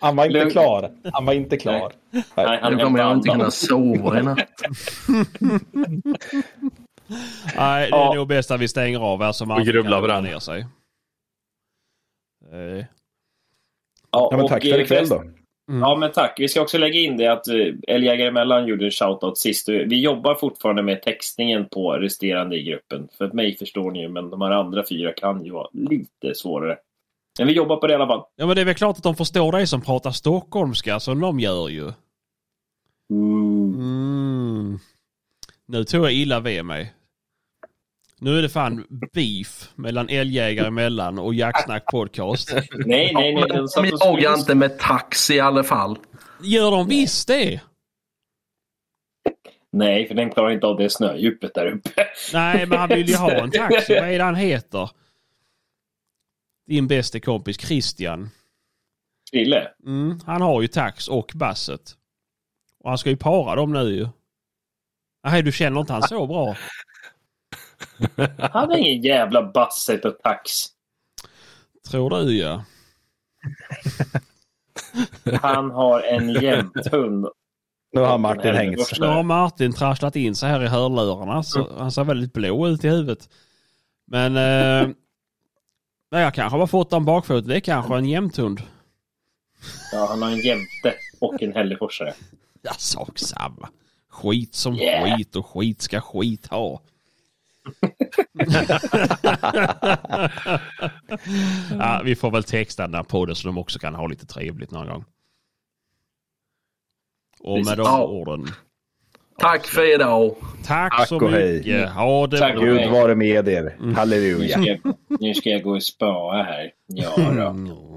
Han var inte
Lugn.
klar. Han var inte klar.
Nej, han
Nu kommer jag inte
hämtar
kunna
andan.
sova i natt.
Nej, det är
Ja.
nog bäst att vi stänger av här så man
Och grubblar
kan lugna
varandra.
ner sig. Eh,
Ja,
Ja, men tack
och,
för
eh,
ikväll då.
Ja, men tack. Vi ska också lägga in det att eh, Älgjägare Mellan gjorde en shoutout sist. Vi jobbar fortfarande med textningen på resterande i gruppen. För mig förstår ni ju, men de här andra fyra kan ju vara lite svårare. Men vi jobbar på det i alla fall.
Ja, men det är väl klart att de förstår dig som pratar stockholmska som de gör ju. Mm. Nu tog jag illa vid mig. Nu är det fan beef mellan Älgjägare emellan och Jacksnack podcast.
Nej, nej, nej. den satt
Men
och
jag jagar
skrek.
inte med taxi i alla fall.
Gör de visst det?
Nej, för den klarar inte av det snödjupet där uppe.
Nej, men han vill ju ha en taxi. Vad är det han heter? Din bästa kompis Christian.
Krille.
Mm, han har ju tax och basset. Och han ska ju para dem nu ju. Nej, du känner inte han så bra.
Han är ingen jävla basse på tax.
Tror du ja.
Han har en jämthund.
Nu har Martin hängt.
Nu har Martin trasslat in sig här i hörlurarna. Så han ser väldigt blå ut i huvudet. Men... Eh, nej, jag kanske har fått en bakfot. Det är kanske en jämthund.
Ja, han har en jämte och en hälleforsare.
Ja, sak samma. Skit som
Yeah.
skit och skit ska skit ha. ja, vi får väl texta den här podden så de också kan ha lite trevligt någon gång. Och med de
Ja.
orden.
Tack för idag.
Tack,
Tack
så
och hej.
mycket. Ha det
Tack.
bra.
Gud vare med er. Halleluja.
Nu ska, jag, nu ska jag gå och spara här. Ja, då.
Mm.